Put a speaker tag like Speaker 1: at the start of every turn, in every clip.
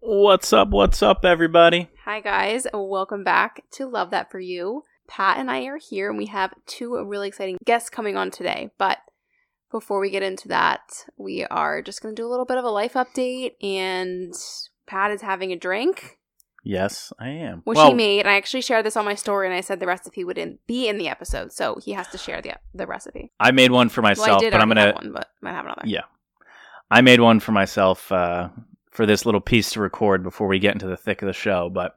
Speaker 1: What's up? What's up, everybody?
Speaker 2: Hi, guys. Welcome back to Love That For You. Pat and I are here, and we have two really exciting guests coming on today. But before we get into that, we are just going to do a little bit of a life update. And Pat is having a drink,
Speaker 1: Yes, I am.
Speaker 2: which he made. And I actually shared this on my story, and I said the recipe wouldn't be in the episode. So he has to share the, the recipe.
Speaker 1: I made one for
Speaker 2: well, I
Speaker 1: myself,
Speaker 2: did
Speaker 1: but I'm
Speaker 2: already
Speaker 1: gonna.
Speaker 2: have one, but might have another.
Speaker 1: Yeah. I made one for myself uh, for this little piece to record before we get into the thick of the show. But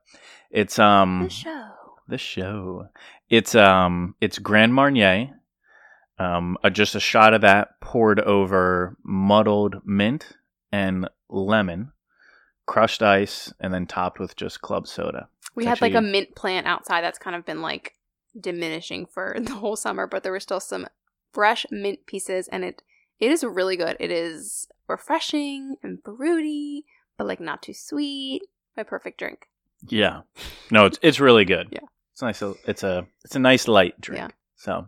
Speaker 1: it's um
Speaker 2: The show.
Speaker 1: the show. It's um it's Grand Marnier. Um, uh, just a shot of that poured over muddled mint and lemon, crushed ice, and then topped with just club soda.
Speaker 2: We
Speaker 1: It's
Speaker 2: had like a
Speaker 1: actually-
Speaker 2: mint plant outside that's kind of been like diminishing for the whole summer, but there were still some fresh mint pieces and it it is really good. It is refreshing and fruity, but like not too sweet. My perfect drink.
Speaker 1: Yeah. No, it's it's really good.
Speaker 2: Yeah.
Speaker 1: It's nice. uh, It's a it's a nice light drink.
Speaker 2: Yeah.
Speaker 1: So,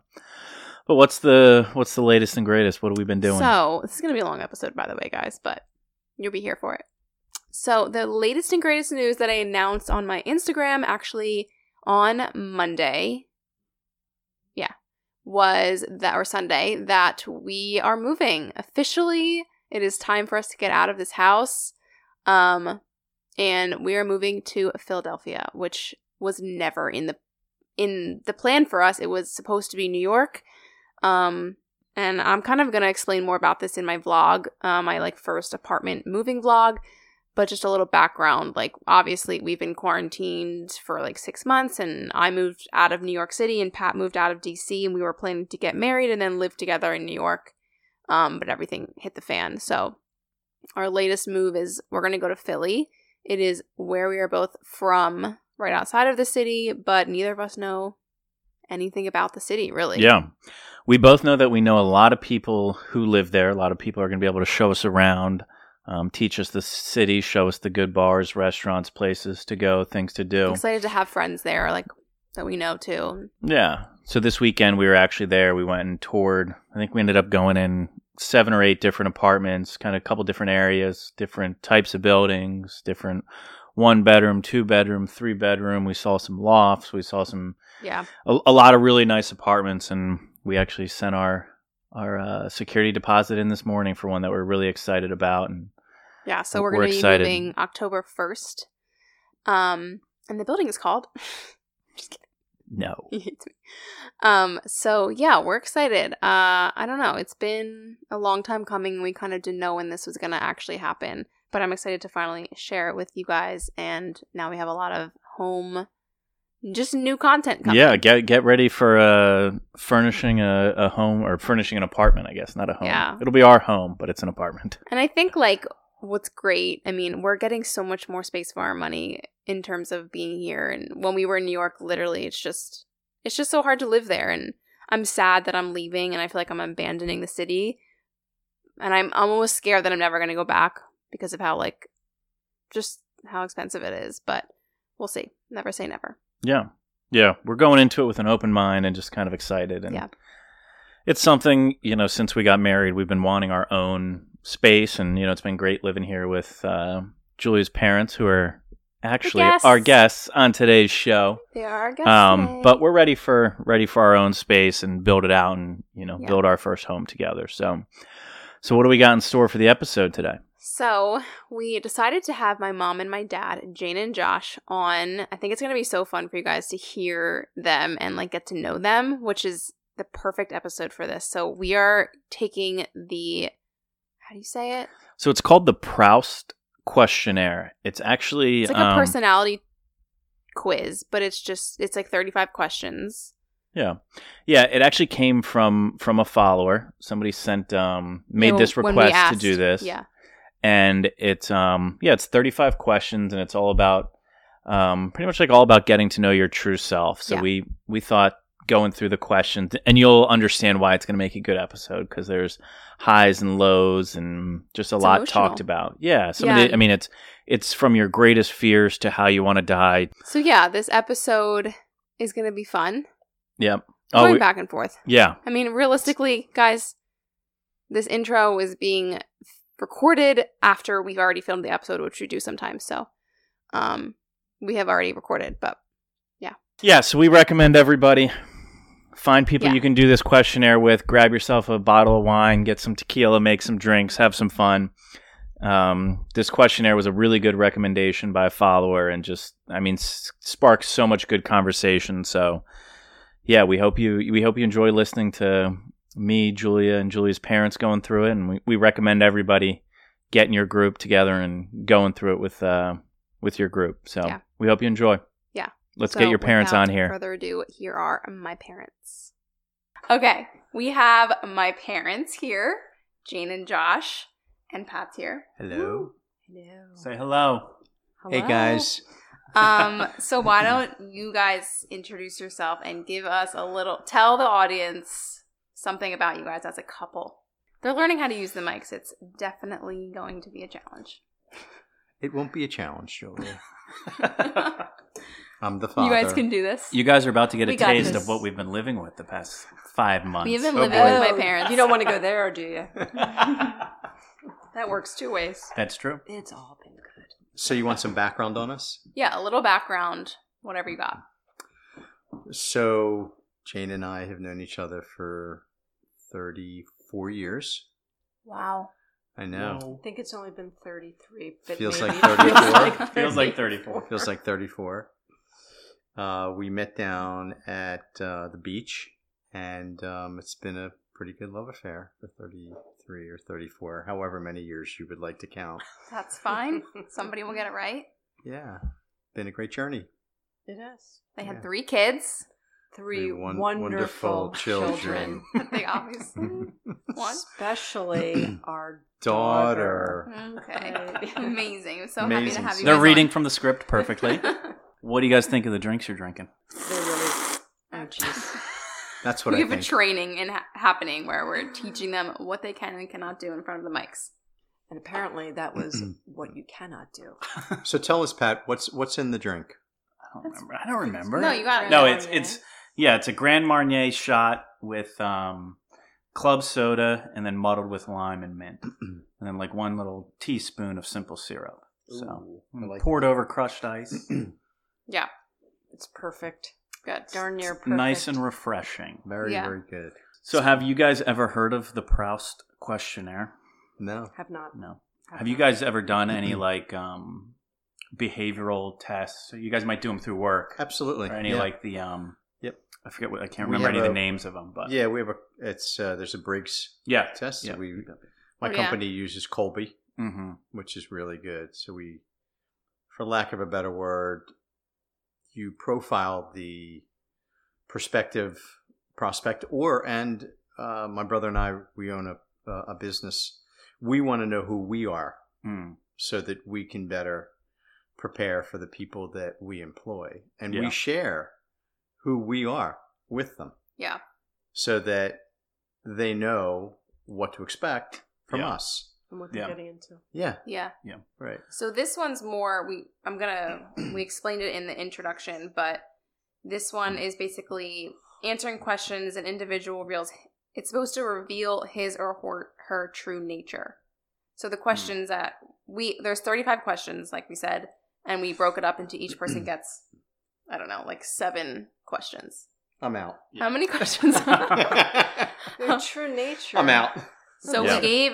Speaker 1: but what's the what's the latest and greatest? What have we been doing?
Speaker 2: So this is gonna be a long episode, by the way, guys, but you'll be here for it. So the latest and greatest news that I announced on my Instagram actually on Monday, yeah, was that or Sunday that we are moving officially. It is time for us to get out of this house, um, and we are moving to Philadelphia, which was never in the in the plan for us. It was supposed to be New York, um, and I'm kind of gonna explain more about this in my vlog, uh, my like first apartment moving vlog. But just a little background, like obviously we've been quarantined for like six months, and I moved out of New York City, and Pat moved out of D.C., and we were planning to get married and then live together in New York. Um, but everything hit the fan, so our latest move is we're gonna go to Philly. It is where we are both from, right outside of the city, but neither of us know anything about the city really.
Speaker 1: yeah. We both know that we know a lot of people who live there. A lot of people are going to be able to show us around, um, teach us the city, show us the good bars, restaurants, places to go, things to do.
Speaker 2: excited to have friends there, like that we know too.
Speaker 1: Yeah. So this weekend we were actually there. We went and toured. I think we ended up going in seven or eight different apartments, kind of a couple different areas, different types of buildings, different one bedroom, two bedroom, three bedroom. We saw some lofts. We saw some
Speaker 2: Yeah,
Speaker 1: a, a lot of really nice apartments, and we actually sent our our uh, security deposit in this morning for one that we're really excited about. And
Speaker 2: yeah. So
Speaker 1: We're
Speaker 2: we're, gonna
Speaker 1: excited.
Speaker 2: be moving October first. Um, and the building is called. Just kidding.
Speaker 1: no,
Speaker 2: He hates me. Um. So yeah, we're excited. Uh, I don't know. It's been a long time coming. We kind of didn't know when this was gonna actually happen, but I'm excited to finally share it with you guys. And now we have a lot of home, just new content coming.
Speaker 1: yeah, get get ready for uh, furnishing a, a home or furnishing an apartment. I guess not a home.
Speaker 2: Yeah.
Speaker 1: it'll be our home, but it's an apartment.
Speaker 2: And I think like what's great, I mean, we're getting so much more space for our money in terms of being here and when we were in New York literally it's just it's just so hard to live there and I'm sad that I'm leaving and I feel like I'm abandoning the city. And I'm I'm almost scared that I'm never going to go back because of how like just how expensive it is, but we'll see. Never say never.
Speaker 1: Yeah. Yeah. We're going into it with an open mind and just kind of excited. And
Speaker 2: Yeah.
Speaker 1: it's something, you know, since we got married, we've been wanting our own space. And, you know, it's been great living here with uh, Julia's parents, who are actually
Speaker 2: guests.
Speaker 1: our guests on today's show.
Speaker 2: They are guests.
Speaker 1: Um, but we're ready for ready for our own space and build it out and, you know,
Speaker 2: Yeah.
Speaker 1: build our first home together. So so what do we got in store for the episode today?
Speaker 2: So we decided to have my mom and my dad, Jane and Josh, on. I think it's gonna be so fun for you guys to hear them and like get to know them, which is the perfect episode for this. So we are taking the how do you say it?
Speaker 1: So it's called the Proust questionnaire. It's actually
Speaker 2: It's like a
Speaker 1: um,
Speaker 2: personality quiz, but it's just it's like thirty five questions.
Speaker 1: Yeah, yeah. It actually came from from a follower. Somebody sent um made
Speaker 2: Yeah,
Speaker 1: this
Speaker 2: when we
Speaker 1: request to
Speaker 2: asked.
Speaker 1: do this.
Speaker 2: Yeah.
Speaker 1: and it's um yeah, it's thirty five questions, and it's all about um pretty much like all about getting to know your true self. So
Speaker 2: Yeah.
Speaker 1: we we thought going through the questions, and you'll understand why it's going to make a good episode because there's highs and lows and just a
Speaker 2: It's
Speaker 1: lot
Speaker 2: emotional.
Speaker 1: talked about. Yeah, some
Speaker 2: Yeah.
Speaker 1: of the I mean it's it's from your greatest fears to how you want to die.
Speaker 2: So yeah, this episode is gonna be fun.
Speaker 1: Yep. Oh,
Speaker 2: Going
Speaker 1: we-
Speaker 2: back and forth.
Speaker 1: yeah.
Speaker 2: I mean, realistically, guys, this intro is being recorded after we've already filmed the episode, which we do sometimes. So um, we have already recorded, but
Speaker 1: Yeah, so we recommend everybody find people
Speaker 2: Yeah.
Speaker 1: you can do this questionnaire with. Grab yourself a bottle of wine, get some tequila, make some drinks, have some fun. Um, this questionnaire was a really good recommendation by a follower, and just I mean, s- sparks so much good conversation. So, yeah, we hope you we hope you enjoy listening to me, Julia, and Julia's parents going through it, and we, we recommend everybody getting your group together and going through it with uh, with your group. So
Speaker 2: Yeah.
Speaker 1: we hope you enjoy.
Speaker 2: Yeah.
Speaker 1: Let's
Speaker 2: So,
Speaker 1: get your parents
Speaker 2: without
Speaker 1: on here.
Speaker 2: Further ado, here are my parents. Okay, we have my parents here, Jane and Josh, and Pat's here.
Speaker 3: Hello.
Speaker 2: Hello.
Speaker 1: hello.
Speaker 3: Hey guys.
Speaker 2: um, so why don't you guys introduce yourself and give us a little tell the audience something about you guys as a couple. They're learning how to use the mics. It's definitely going to be a challenge.
Speaker 3: It won't be a challenge, Julia. I'm the father.
Speaker 2: You guys can do this.
Speaker 1: You guys are about to get a
Speaker 2: We got
Speaker 1: taste
Speaker 2: this.
Speaker 1: of what we've been living with the past five months.
Speaker 2: We have been
Speaker 3: Oh,
Speaker 2: living
Speaker 3: boy.
Speaker 2: with my parents.
Speaker 4: You don't want to go there, do you?
Speaker 2: that works two ways.
Speaker 1: That's true.
Speaker 4: It's all been good.
Speaker 3: so you want some background on us?
Speaker 2: Yeah, a little background, whatever you got.
Speaker 3: So Jane and I have known each other for 34 years.
Speaker 2: Wow.
Speaker 3: I know.
Speaker 4: I think it's only been 33, but
Speaker 3: Feels like
Speaker 4: maybe it feels
Speaker 3: 34.
Speaker 4: like
Speaker 1: Feels like 34.
Speaker 3: Feels like 34. Uh, we met down at uh, the beach, and um, it's been a pretty good love affair for 33 or 34, however many years you would like to count.
Speaker 2: That's fine. Somebody will get it right.
Speaker 3: Yeah, been a great journey.
Speaker 4: It is.
Speaker 2: They had
Speaker 3: Yeah.
Speaker 2: three kids.
Speaker 4: Three
Speaker 3: Three won-
Speaker 4: wonderful,
Speaker 3: wonderful
Speaker 4: children.
Speaker 3: children.
Speaker 2: They obviously won.
Speaker 4: Especially our
Speaker 3: Daughter.
Speaker 2: Okay.
Speaker 4: Right.
Speaker 2: Amazing. I'm so happy to
Speaker 3: Amazing.
Speaker 2: have you.
Speaker 1: They're
Speaker 2: guys on.
Speaker 1: reading from the script perfectly. what do you guys think of the drinks you're drinking?
Speaker 4: They really. Oh, jeez.
Speaker 3: That's what
Speaker 2: we
Speaker 3: I
Speaker 2: have
Speaker 3: think.
Speaker 2: a training in ha- happening where we're teaching them what they can and cannot do in front of the mics.
Speaker 4: And apparently that was what you cannot do.
Speaker 3: So tell us, Pat, what's what's in the drink?
Speaker 1: I don't remember. I don't remember.
Speaker 2: No, you got it.
Speaker 1: No,
Speaker 4: Grand
Speaker 1: it's
Speaker 4: Marnier.
Speaker 1: it's yeah, it's a Grand Marnier shot with um, club soda and then muddled with lime and mint, and then like one little teaspoon of simple syrup. So
Speaker 3: Ooh, I like
Speaker 1: poured over crushed ice.
Speaker 2: Yeah.
Speaker 4: It's perfect.
Speaker 2: Good.
Speaker 4: Darn near
Speaker 1: It's
Speaker 4: perfect.
Speaker 1: nice and refreshing.
Speaker 3: very
Speaker 2: Yeah.
Speaker 3: very good.
Speaker 1: So, have you guys ever heard of the Proust questionnaire?
Speaker 3: No,
Speaker 4: Have not.
Speaker 1: No. Have you
Speaker 4: not.
Speaker 1: guys ever done any like um, behavioral tests? So you guys might do them through work
Speaker 3: absolutely.
Speaker 1: or any
Speaker 3: yeah.
Speaker 1: like the um.
Speaker 3: Yep.
Speaker 1: I forget what I can't
Speaker 3: We
Speaker 1: remember
Speaker 3: have
Speaker 1: any of the
Speaker 3: a-
Speaker 1: names of them, but
Speaker 3: yeah, we have a it's uh, there's a Briggs
Speaker 1: yeah.
Speaker 3: test.
Speaker 1: Yeah.
Speaker 3: We my
Speaker 2: Oh, yeah.
Speaker 3: company uses Colby,
Speaker 1: Mm-hmm.
Speaker 3: which is really good. So we, for lack of a better word, you profile the prospective prospect or and uh, my brother and I we own a a business. We want to know who we are
Speaker 1: Mm.
Speaker 3: so that we can better prepare for the people that we employ and
Speaker 1: Yeah.
Speaker 3: we share who we are with them
Speaker 2: Yeah.
Speaker 3: so that they know what to expect from
Speaker 1: Yeah.
Speaker 3: us
Speaker 4: And what they're
Speaker 1: Yeah.
Speaker 4: getting into.
Speaker 3: yeah
Speaker 2: Yeah.
Speaker 3: right
Speaker 2: So this one's more we I'm gonna we explained it in the introduction, but this one is basically answering questions an individual reveals it's supposed to reveal his or her, her true nature. So the questions that we there's 35 questions like we said and we broke it up into each person gets I don't know like 7 questions.
Speaker 3: i'm out
Speaker 2: How many questions?
Speaker 4: Their true nature.
Speaker 3: i'm out
Speaker 2: so
Speaker 1: Yeah.
Speaker 2: we gave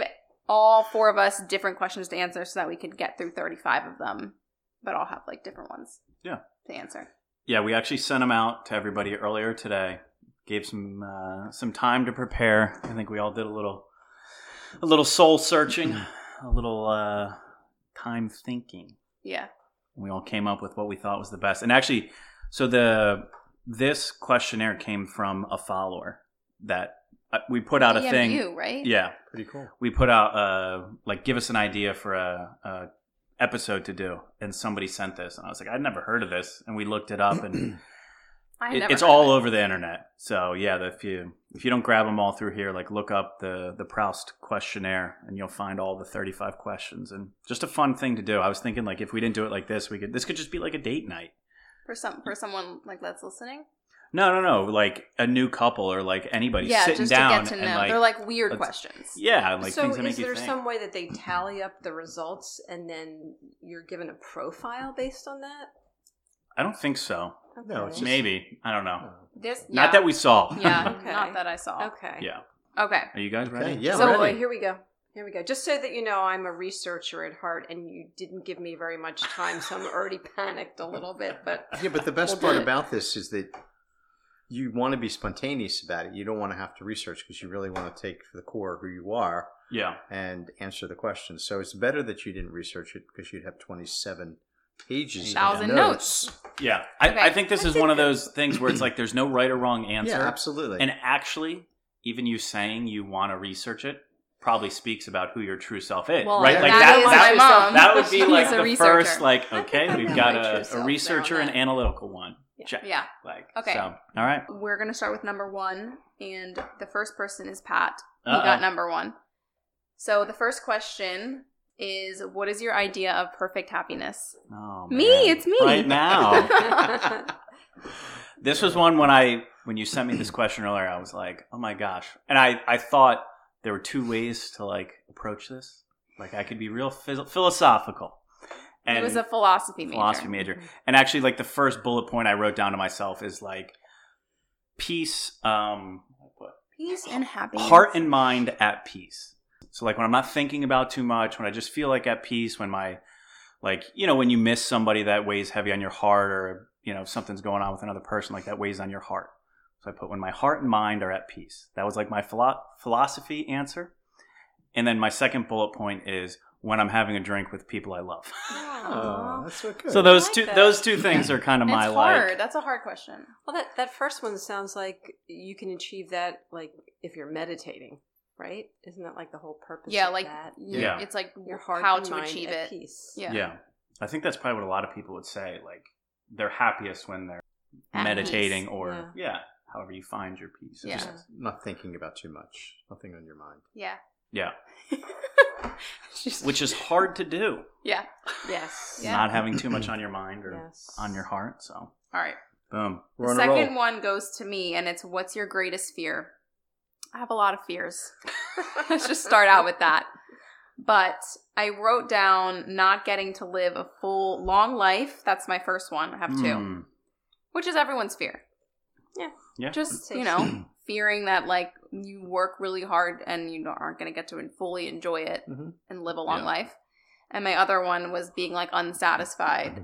Speaker 2: all four of us different questions to answer so that we could get through 35 of them, but all have like different ones.
Speaker 1: Yeah.
Speaker 2: To answer.
Speaker 1: Yeah, we actually sent them out to everybody earlier today. Gave some uh, some time to prepare. I think we all did a little a little soul searching, a little uh, time thinking.
Speaker 2: Yeah.
Speaker 1: we all came up with what we thought was the best. And actually, so the this questionnaire came from a follower that uh, we put out a
Speaker 2: DM
Speaker 1: thing.
Speaker 2: You, E right?
Speaker 1: Yeah,
Speaker 3: pretty cool
Speaker 1: we put out uh like give us an idea for a, a episode to do, and somebody sent this, and I was like, I'd never heard of this, and we looked it up, and
Speaker 2: I
Speaker 1: it,
Speaker 2: never
Speaker 1: it's
Speaker 2: heard
Speaker 1: all
Speaker 2: of
Speaker 1: over the internet. So yeah, the, if you if you don't grab them all through here, like look up the the Proust questionnaire, and you'll find all the thirty five questions, and just a fun thing to do. I was thinking like if we didn't do it like this, we could this could just be like a date night.
Speaker 2: it. for some for someone like that's listening.
Speaker 1: No, no, no. Like a new couple or like anybody
Speaker 2: yeah,
Speaker 1: sitting
Speaker 2: just
Speaker 1: down
Speaker 2: to get to
Speaker 1: and
Speaker 2: know.
Speaker 1: like,
Speaker 2: They're like weird
Speaker 1: let's-
Speaker 2: questions.
Speaker 1: yeah, like
Speaker 4: so
Speaker 1: things that
Speaker 4: is
Speaker 1: make you
Speaker 4: there
Speaker 1: think.
Speaker 4: some way that they tally up the results and then you're given a profile based on that?
Speaker 1: I don't think so.
Speaker 3: No, it's just-
Speaker 1: Maybe I don't know.
Speaker 2: This yeah.
Speaker 1: Not that we saw.
Speaker 2: Yeah,
Speaker 4: Okay.
Speaker 2: not that I saw. Okay.
Speaker 4: Okay.
Speaker 1: yeah. Are you guys ready?
Speaker 3: yeah,
Speaker 4: so
Speaker 3: ready.
Speaker 4: uh, here we go. Here we go. Just so that you know, I'm a researcher at heart, and you didn't give me very much time, so I'm already panicked a little bit. But
Speaker 3: Yeah, but the best
Speaker 4: We'll do
Speaker 3: part
Speaker 4: it.
Speaker 3: about this is that you want to be spontaneous about it. You don't want to have to research because you really want to take to the core who you are
Speaker 1: Yeah.
Speaker 3: and answer the questions. So it's better that you didn't research it because you'd have 27 pages
Speaker 2: Thousand
Speaker 3: of notes.
Speaker 1: Yeah. I,
Speaker 2: Okay.
Speaker 1: I think this
Speaker 2: I
Speaker 1: is
Speaker 2: think
Speaker 1: one of
Speaker 2: that-
Speaker 1: those things where it's like there's no right or wrong answer.
Speaker 3: Yeah, absolutely.
Speaker 1: And actually, even you saying you want to research it probably speaks about who your true self is,
Speaker 4: Well,
Speaker 1: right?
Speaker 3: yeah.
Speaker 1: Like
Speaker 3: that
Speaker 1: that,
Speaker 3: is
Speaker 1: that,
Speaker 3: my
Speaker 2: mom.
Speaker 1: that would be
Speaker 2: She's
Speaker 1: like
Speaker 2: a
Speaker 1: the
Speaker 2: researcher.
Speaker 1: first, like,
Speaker 4: I think
Speaker 1: okay,
Speaker 4: I
Speaker 1: we've
Speaker 4: know
Speaker 1: got
Speaker 4: my true
Speaker 1: a,
Speaker 4: self
Speaker 1: a
Speaker 4: now,
Speaker 1: researcher and
Speaker 4: then.
Speaker 1: analytical one. Check.
Speaker 2: Yeah.
Speaker 1: Like,
Speaker 2: Okay.
Speaker 1: So, all right.
Speaker 2: We're gonna start with number one, and the first person is Pat. He
Speaker 1: Uh-oh.
Speaker 2: got number one. So the first question is, what is your idea of perfect happiness?
Speaker 1: Oh,
Speaker 2: Me,
Speaker 1: man.
Speaker 2: it's me.
Speaker 1: Right now.
Speaker 4: okay.
Speaker 1: This was one when I when you sent me this question earlier, I was like, oh my gosh. And I, I thought there were two ways to like approach this. Like I could be real phys- philosophical.
Speaker 2: it was a philosophy major.
Speaker 1: philosophy major. And actually, like the first bullet point I wrote down to myself is like peace, um, what?
Speaker 2: Peace and happiness.
Speaker 1: heart and mind at peace. So like when I'm not thinking about too much, when I just feel like at peace, when my like you know when you miss somebody that weighs heavy on your heart, or you know something's going on with another person like that weighs on your heart. So I put when my heart and mind are at peace. That was like my philo- philosophy answer. And then my second bullet point is when I'm having a drink with people I love.
Speaker 3: oh, that's so good.
Speaker 1: So those
Speaker 4: like
Speaker 1: two
Speaker 4: that.
Speaker 1: those two things are kind of
Speaker 2: It's
Speaker 1: my
Speaker 2: hard.
Speaker 1: like
Speaker 2: That's a hard question.
Speaker 4: Well, that that first one sounds like you can achieve that, like if you're meditating, right? Isn't that like the whole purpose?
Speaker 2: Yeah,
Speaker 4: of
Speaker 2: like
Speaker 4: that?
Speaker 1: Yeah.
Speaker 2: it's like
Speaker 4: your heart,
Speaker 2: how
Speaker 4: and
Speaker 2: to
Speaker 4: mind
Speaker 2: achieve
Speaker 4: at
Speaker 2: it.
Speaker 4: Peace.
Speaker 2: Yeah.
Speaker 1: I think that's probably what a lot of people would say. Like they're happiest when they're
Speaker 2: At
Speaker 1: meditating
Speaker 2: peace.
Speaker 1: or yeah. however you find your peace.
Speaker 2: Yeah.
Speaker 1: Just-
Speaker 3: Not thinking about too much. Nothing on your mind.
Speaker 2: Yeah.
Speaker 1: yeah.
Speaker 2: She's-
Speaker 1: Which is hard to do.
Speaker 2: yeah.
Speaker 4: Yes.
Speaker 2: Yeah.
Speaker 1: Not having too much on your mind or
Speaker 4: Yes.
Speaker 1: on your heart. So
Speaker 2: All right.
Speaker 1: boom.
Speaker 3: We're
Speaker 2: the
Speaker 3: on a
Speaker 2: second
Speaker 3: roll.
Speaker 2: one goes to me, and it's what's your greatest fear? I have a lot of fears. Let's just start out with that. But I wrote down not getting to live a full, long life. That's my first one. I have two,
Speaker 1: Hmm.
Speaker 2: which is everyone's fear.
Speaker 4: Yeah.
Speaker 1: Yeah.
Speaker 2: Just,
Speaker 4: Takes-
Speaker 2: you know, fearing that, like, you work really hard and you aren't going to get to fully enjoy it
Speaker 3: Mhm.
Speaker 2: and live a long
Speaker 1: Mm-hmm. Yeah.
Speaker 2: life. And my other one was being, like, unsatisfied,
Speaker 1: Mm-hmm.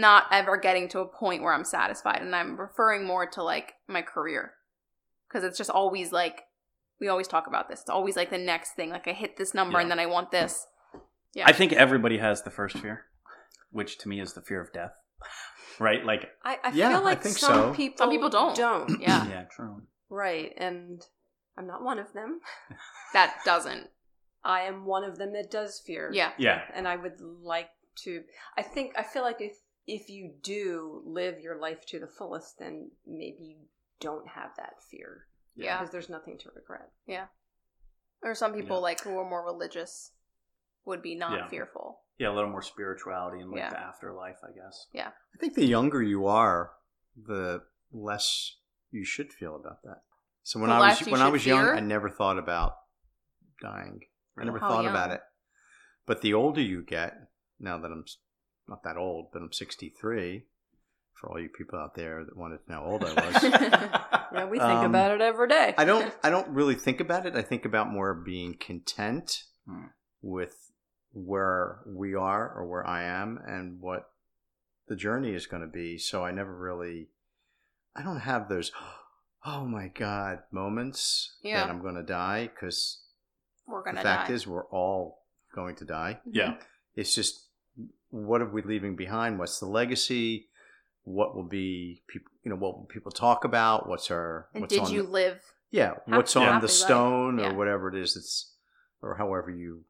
Speaker 2: not ever getting to a point where I'm satisfied. And I'm referring more to, like, my career because it's just always like, we always talk about this. It's always like the next thing. Like, I hit this number and
Speaker 1: Yeah.
Speaker 2: then I want this. Yeah.
Speaker 1: I think everybody has the first fear, which to me is the fear of death. Right? Like
Speaker 4: I, I
Speaker 3: Yeah,
Speaker 4: feel
Speaker 3: I
Speaker 4: like
Speaker 3: think
Speaker 4: some
Speaker 3: so.
Speaker 4: people
Speaker 2: Some people don't.
Speaker 4: don't.
Speaker 2: yeah.
Speaker 1: yeah, true.
Speaker 4: Right, and I'm not one of them.
Speaker 2: That doesn't.
Speaker 4: I am one of them that does fear.
Speaker 2: Yeah.
Speaker 1: Yeah.
Speaker 4: and I would like to. I think I feel like if if you do live your life to the fullest, then maybe you don't have that fear
Speaker 2: Yeah.
Speaker 4: because there's nothing to regret.
Speaker 2: Or some people
Speaker 1: Yeah.
Speaker 2: like who are more religious would be not
Speaker 1: Yeah.
Speaker 2: fearful.
Speaker 1: Yeah, a little more spirituality and like
Speaker 2: Yeah.
Speaker 1: the afterlife, I guess.
Speaker 3: I think the younger you are, the less you should feel about that. So when
Speaker 2: The
Speaker 3: I
Speaker 2: less
Speaker 3: was
Speaker 2: you
Speaker 3: when I
Speaker 2: should
Speaker 3: was young,
Speaker 2: fear?
Speaker 3: I never thought about dying. I never
Speaker 2: How
Speaker 3: thought about
Speaker 2: young?
Speaker 3: it. But the older you get, now that I'm s- not that old, but I'm 63, for all you people out there that wanted to know how old I was,
Speaker 4: Yeah, we
Speaker 3: think Um, about
Speaker 4: it every day.
Speaker 3: I don't I don't really think about it. I think about more being content
Speaker 1: Hmm.
Speaker 3: with where we are or where I am and what the journey is going to be. So I never really I don't have those oh my god moments
Speaker 2: Yeah.
Speaker 3: that I'm going to die cuz
Speaker 2: We're
Speaker 3: the
Speaker 2: gonna die.
Speaker 3: fact
Speaker 2: Mm-hmm.
Speaker 3: is we're all going to die.
Speaker 1: Yeah.
Speaker 3: It's just what are we leaving behind? What's the legacy? What will be people, you know, what will people talk about? What's our
Speaker 2: and
Speaker 3: what's
Speaker 2: did
Speaker 3: on
Speaker 2: you
Speaker 3: the-
Speaker 2: live?
Speaker 3: yeah,
Speaker 1: Yeah.
Speaker 3: what's
Speaker 1: Yeah.
Speaker 3: on
Speaker 2: Happy
Speaker 3: the
Speaker 2: life.
Speaker 3: stone
Speaker 2: Yeah.
Speaker 3: or whatever it is that's, or however you,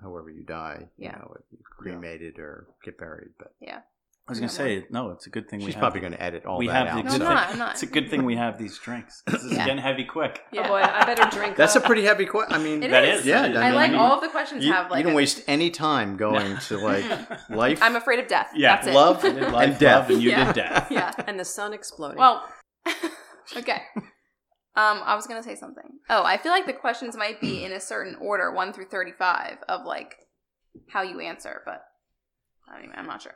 Speaker 3: however you die,
Speaker 2: Yeah.
Speaker 3: you know, if you cremated or get buried. But
Speaker 1: I was gonna say, no, it's a good thing we
Speaker 3: she's
Speaker 1: have
Speaker 3: probably going to edit all
Speaker 1: we have
Speaker 3: that
Speaker 1: the
Speaker 3: out.
Speaker 2: No, I'm
Speaker 1: good
Speaker 3: so-
Speaker 1: thing.
Speaker 2: not. I'm not.
Speaker 1: It's a good thing we have these drinks. This is
Speaker 2: Yeah.
Speaker 1: getting heavy quick.
Speaker 2: Yeah.
Speaker 4: Oh boy, I better drink.
Speaker 3: That's a
Speaker 4: up.
Speaker 3: pretty heavy question. I mean,
Speaker 2: It
Speaker 1: That
Speaker 2: is.
Speaker 1: is.
Speaker 3: Yeah,
Speaker 1: it is.
Speaker 3: I
Speaker 2: I
Speaker 3: mean,
Speaker 2: like
Speaker 3: you-
Speaker 2: all of the questions
Speaker 3: you,
Speaker 2: have like.
Speaker 3: you don't
Speaker 2: a-
Speaker 3: waste any time going to like life.
Speaker 2: I'm afraid of death.
Speaker 1: Yeah.
Speaker 2: That's it.
Speaker 3: Love
Speaker 1: I did life,
Speaker 3: and death.
Speaker 1: love, and you
Speaker 2: Yeah.
Speaker 1: did death.
Speaker 2: yeah.
Speaker 4: and the sun exploding.
Speaker 2: Well, okay. Um, I was gonna say something. Oh, I feel like the questions might be in a certain order, one through thirty-five, of like how you answer, but I don't even, I'm not sure.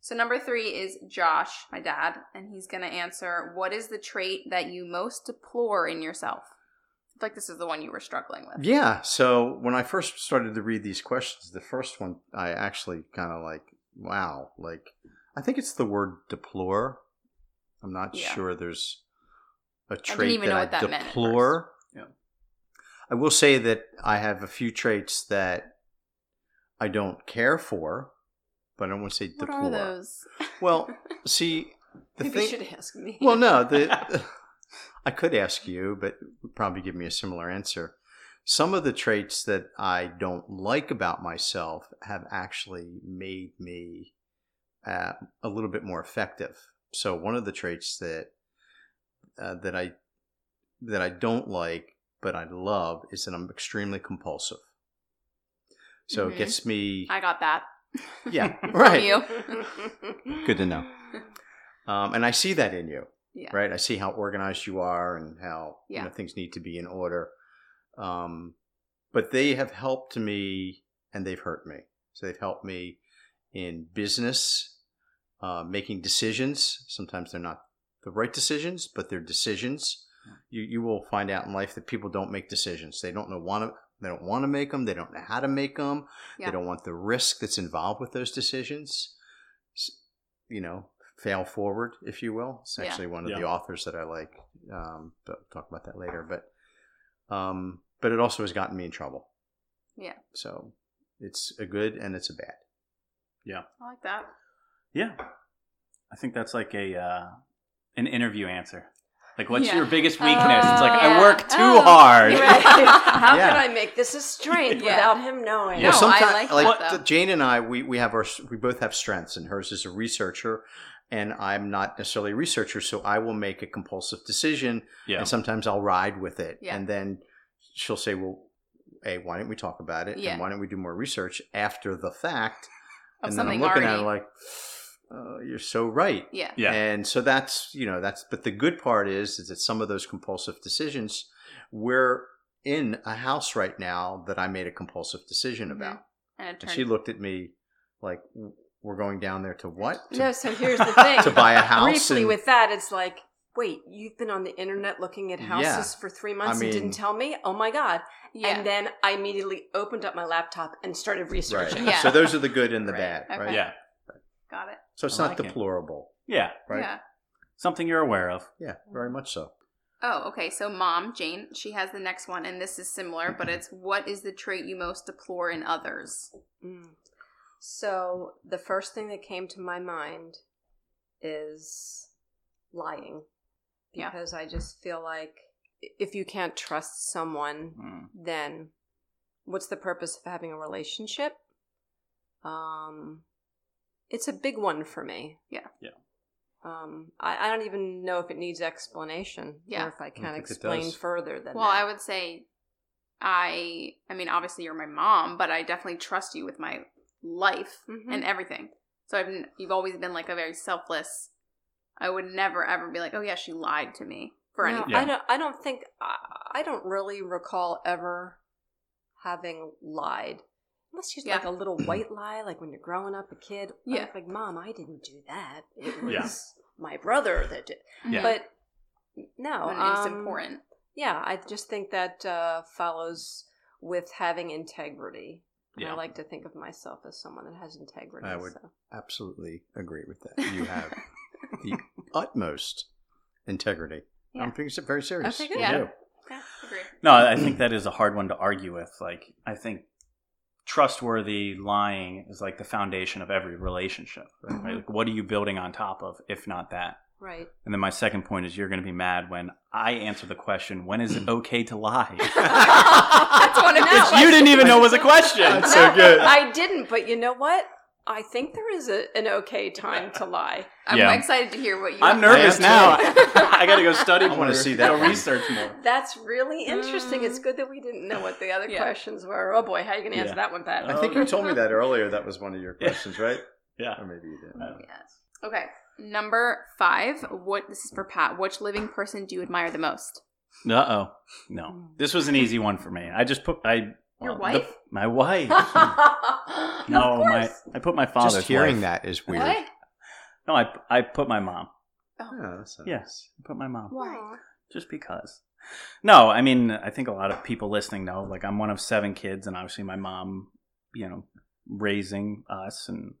Speaker 2: So number three is Josh, my dad, and he's gonna answer: What is the trait that you most deplore in yourself? I feel like this is the one you were struggling with.
Speaker 3: Yeah. So when I first started to read these questions, the first one I actually kind of like, wow, like I think it's the word deplore. I'm not
Speaker 2: Yeah.
Speaker 3: sure there's a
Speaker 2: didn't
Speaker 3: trait
Speaker 2: even know
Speaker 3: that
Speaker 2: what
Speaker 3: I
Speaker 2: that meant at first.
Speaker 3: deplore.
Speaker 1: Yeah.
Speaker 3: I will say that I have a few traits that I don't care for, but I don't want to say
Speaker 2: What
Speaker 3: deplore.
Speaker 2: are those?
Speaker 3: Well, see, the
Speaker 4: Maybe
Speaker 3: thing.
Speaker 4: you should ask me.
Speaker 3: Well, no, the I could ask you, but would probably give me a similar answer. Some of the traits that I don't like about myself have actually made me uh, a little bit more effective. So one of the traits that uh, that I that I don't like but I love is that I'm extremely compulsive. So
Speaker 2: Mhm.
Speaker 3: it gets me
Speaker 2: I got that.
Speaker 3: yeah,
Speaker 2: From
Speaker 3: right.
Speaker 2: you.
Speaker 3: Good to know. Um, and I see that in you.
Speaker 2: Yeah.
Speaker 3: Right. I see how organized you are and how
Speaker 2: Yeah.
Speaker 3: you know, things need to be in order. Um, but they have helped me and they've hurt me. So they've helped me in business, uh, making decisions. Sometimes they're not the right decisions, but they're decisions. You, you will find out in life that people don't make decisions. They don't know want to. They don't want to make them. They don't know how to make them.
Speaker 2: Yeah.
Speaker 3: They don't want the risk that's involved with those decisions. S- You know, fail forward, if you will. It's
Speaker 2: Yeah.
Speaker 3: actually one of
Speaker 1: Yeah.
Speaker 3: the authors that I like. Um, but we'll talk about that later. But um, but it also has gotten me in trouble.
Speaker 2: Yeah.
Speaker 3: So it's a good and it's a bad.
Speaker 2: I like that.
Speaker 1: Yeah, I think that's like a uh, an interview answer. Like, what's
Speaker 2: Yeah.
Speaker 1: your biggest weakness? it's like
Speaker 2: Yeah.
Speaker 1: I work too
Speaker 2: Oh,
Speaker 1: hard.
Speaker 2: you're
Speaker 4: Right. How
Speaker 3: Yeah.
Speaker 4: can I make this a strength
Speaker 2: Yeah.
Speaker 4: without him knowing?
Speaker 1: Yeah.
Speaker 2: No,
Speaker 3: someti-
Speaker 2: I like, that though.
Speaker 3: the- Jane and I, we, we have our we both have strengths, and hers is a researcher, and I'm not necessarily a researcher, so I will make a compulsive decision,
Speaker 1: Yeah,
Speaker 3: and sometimes I'll ride with it,
Speaker 2: Yeah.
Speaker 3: and then she'll say, "Well, hey, why don't we talk about it?
Speaker 2: Yeah.
Speaker 3: And why don't we do more research after the fact?"
Speaker 2: Of
Speaker 3: and then I'm
Speaker 2: something
Speaker 3: looking
Speaker 2: already.
Speaker 3: at it like, uh, "You're so right."
Speaker 2: yeah.
Speaker 1: yeah,
Speaker 3: And so that's, you know, that's, but the good part is, is that some of those compulsive decisions, we're in a house right now that I made a compulsive decision
Speaker 2: Mhm.
Speaker 3: about.
Speaker 2: And it
Speaker 3: And
Speaker 2: turned.
Speaker 3: she looked at me like, "W- we're going down there to what? To,
Speaker 4: No, so here's the thing.
Speaker 3: to buy a house.
Speaker 4: Briefly
Speaker 3: and-
Speaker 4: with that, it's like, wait, you've been on the internet looking at houses
Speaker 3: Yeah.
Speaker 4: for three months
Speaker 3: mean-
Speaker 4: and didn't tell me? Oh my God.
Speaker 2: yeah.
Speaker 4: And then I immediately opened up my laptop and started
Speaker 3: right.
Speaker 4: researching.
Speaker 2: Yeah.
Speaker 3: So those are the good and the
Speaker 2: Right.
Speaker 3: bad,
Speaker 2: Okay.
Speaker 3: right?
Speaker 1: yeah,
Speaker 2: got it.
Speaker 3: So it's
Speaker 1: I
Speaker 3: not
Speaker 1: like it.
Speaker 3: deplorable,
Speaker 1: yeah.
Speaker 3: right?
Speaker 2: Yeah.
Speaker 1: Something you're aware of.
Speaker 3: Yeah, very much so.
Speaker 2: Oh, okay. So, mom, Jane, she has the next one, and this is similar, but it's what is the trait you most deplore in others?
Speaker 4: Mm. So the first thing that came to my mind is lying.
Speaker 2: Yeah.
Speaker 4: Because I just feel like i- if you can't trust someone,
Speaker 1: Mm.
Speaker 4: then what's the purpose of having a relationship? Um, it's a big one for me.
Speaker 2: Yeah.
Speaker 1: Yeah.
Speaker 4: Um, I, I don't even know if it needs explanation.
Speaker 2: Yeah.
Speaker 4: Or if I
Speaker 3: don't
Speaker 4: can
Speaker 3: think it
Speaker 4: explain
Speaker 3: does.
Speaker 4: further than
Speaker 2: Well,
Speaker 4: that.
Speaker 2: I would say I, I mean, obviously you're my mom, but I definitely trust you with my life
Speaker 1: Mm-hmm.
Speaker 4: Mhm.
Speaker 2: and everything. So, I've, n- you've always been like a very selfless, I would never ever be like, oh, yeah, she lied to me for
Speaker 4: No,
Speaker 2: anything.
Speaker 1: Yeah.
Speaker 4: I don't. I don't think. I, I don't really recall ever having lied, unless she's like
Speaker 2: Yeah.
Speaker 4: a little white lie, like when you're growing up a kid.
Speaker 2: Yeah.
Speaker 4: Like, like, mom, I didn't do that. It was
Speaker 1: Yeah.
Speaker 4: my brother that did.
Speaker 1: Yeah.
Speaker 4: But no,
Speaker 2: When it's
Speaker 4: um,
Speaker 2: important.
Speaker 4: Yeah, I just think that uh, follows with having integrity. And
Speaker 1: Yeah.
Speaker 4: I like to think of myself as someone that has integrity.
Speaker 3: I would-
Speaker 4: so.
Speaker 3: Absolutely agree with that. You have the utmost integrity.
Speaker 2: Yeah.
Speaker 3: I'm being se- very serious.
Speaker 4: Okay, good.
Speaker 3: You
Speaker 2: Yeah.
Speaker 3: do.
Speaker 2: Yeah, agree.
Speaker 1: No, I think that is a hard one to argue with. Like, I think trustworthy lying is like the foundation of every relationship.
Speaker 3: Right.
Speaker 2: Mm-hmm.
Speaker 1: Right? Like, what are you building on top of, if not that?
Speaker 4: Right.
Speaker 1: And then my second point is you're going to be mad when I answer the question, when is it okay to lie?
Speaker 2: That's one of
Speaker 4: No.
Speaker 1: Which you didn't even know was a question.
Speaker 3: That's so good.
Speaker 4: I didn't, but you know what? I think there is a, an okay time to lie.
Speaker 2: I'm
Speaker 1: Yeah.
Speaker 2: excited to hear what you
Speaker 1: I'm
Speaker 2: have to
Speaker 1: nervous
Speaker 2: say.
Speaker 1: now. I got to go study
Speaker 3: I
Speaker 1: more.
Speaker 3: wanna see that
Speaker 1: Go
Speaker 3: one.
Speaker 1: research more.
Speaker 4: That's really interesting.
Speaker 2: Mm.
Speaker 4: It's good that we didn't know what the other
Speaker 2: Yeah.
Speaker 4: questions were. Oh boy, how are you going to answer
Speaker 1: Yeah.
Speaker 4: that one, Pat?
Speaker 3: I think you told me that earlier. That was one of your
Speaker 1: Yeah. Uh,
Speaker 3: questions, right?
Speaker 1: Yeah.
Speaker 3: Or maybe you didn't.
Speaker 2: Yes. Okay. Number five. What this is for Pat. Which living person do you admire the most?
Speaker 1: Uh oh. No. This was an easy one for me. I just put I
Speaker 4: Your
Speaker 1: the-
Speaker 4: wife?
Speaker 1: my wife.
Speaker 3: Uh,
Speaker 4: no,
Speaker 1: no, my I put my father's
Speaker 3: Just hearing
Speaker 1: wife.
Speaker 3: that is weird.
Speaker 4: What?
Speaker 1: No, I I put my mom.
Speaker 3: Yeah, that's not-
Speaker 1: Yes. I put my mom.
Speaker 2: Why?
Speaker 1: Just because. No, I mean I think a lot of people listening know like I'm one of seven kids and obviously my mom, you know, raising us and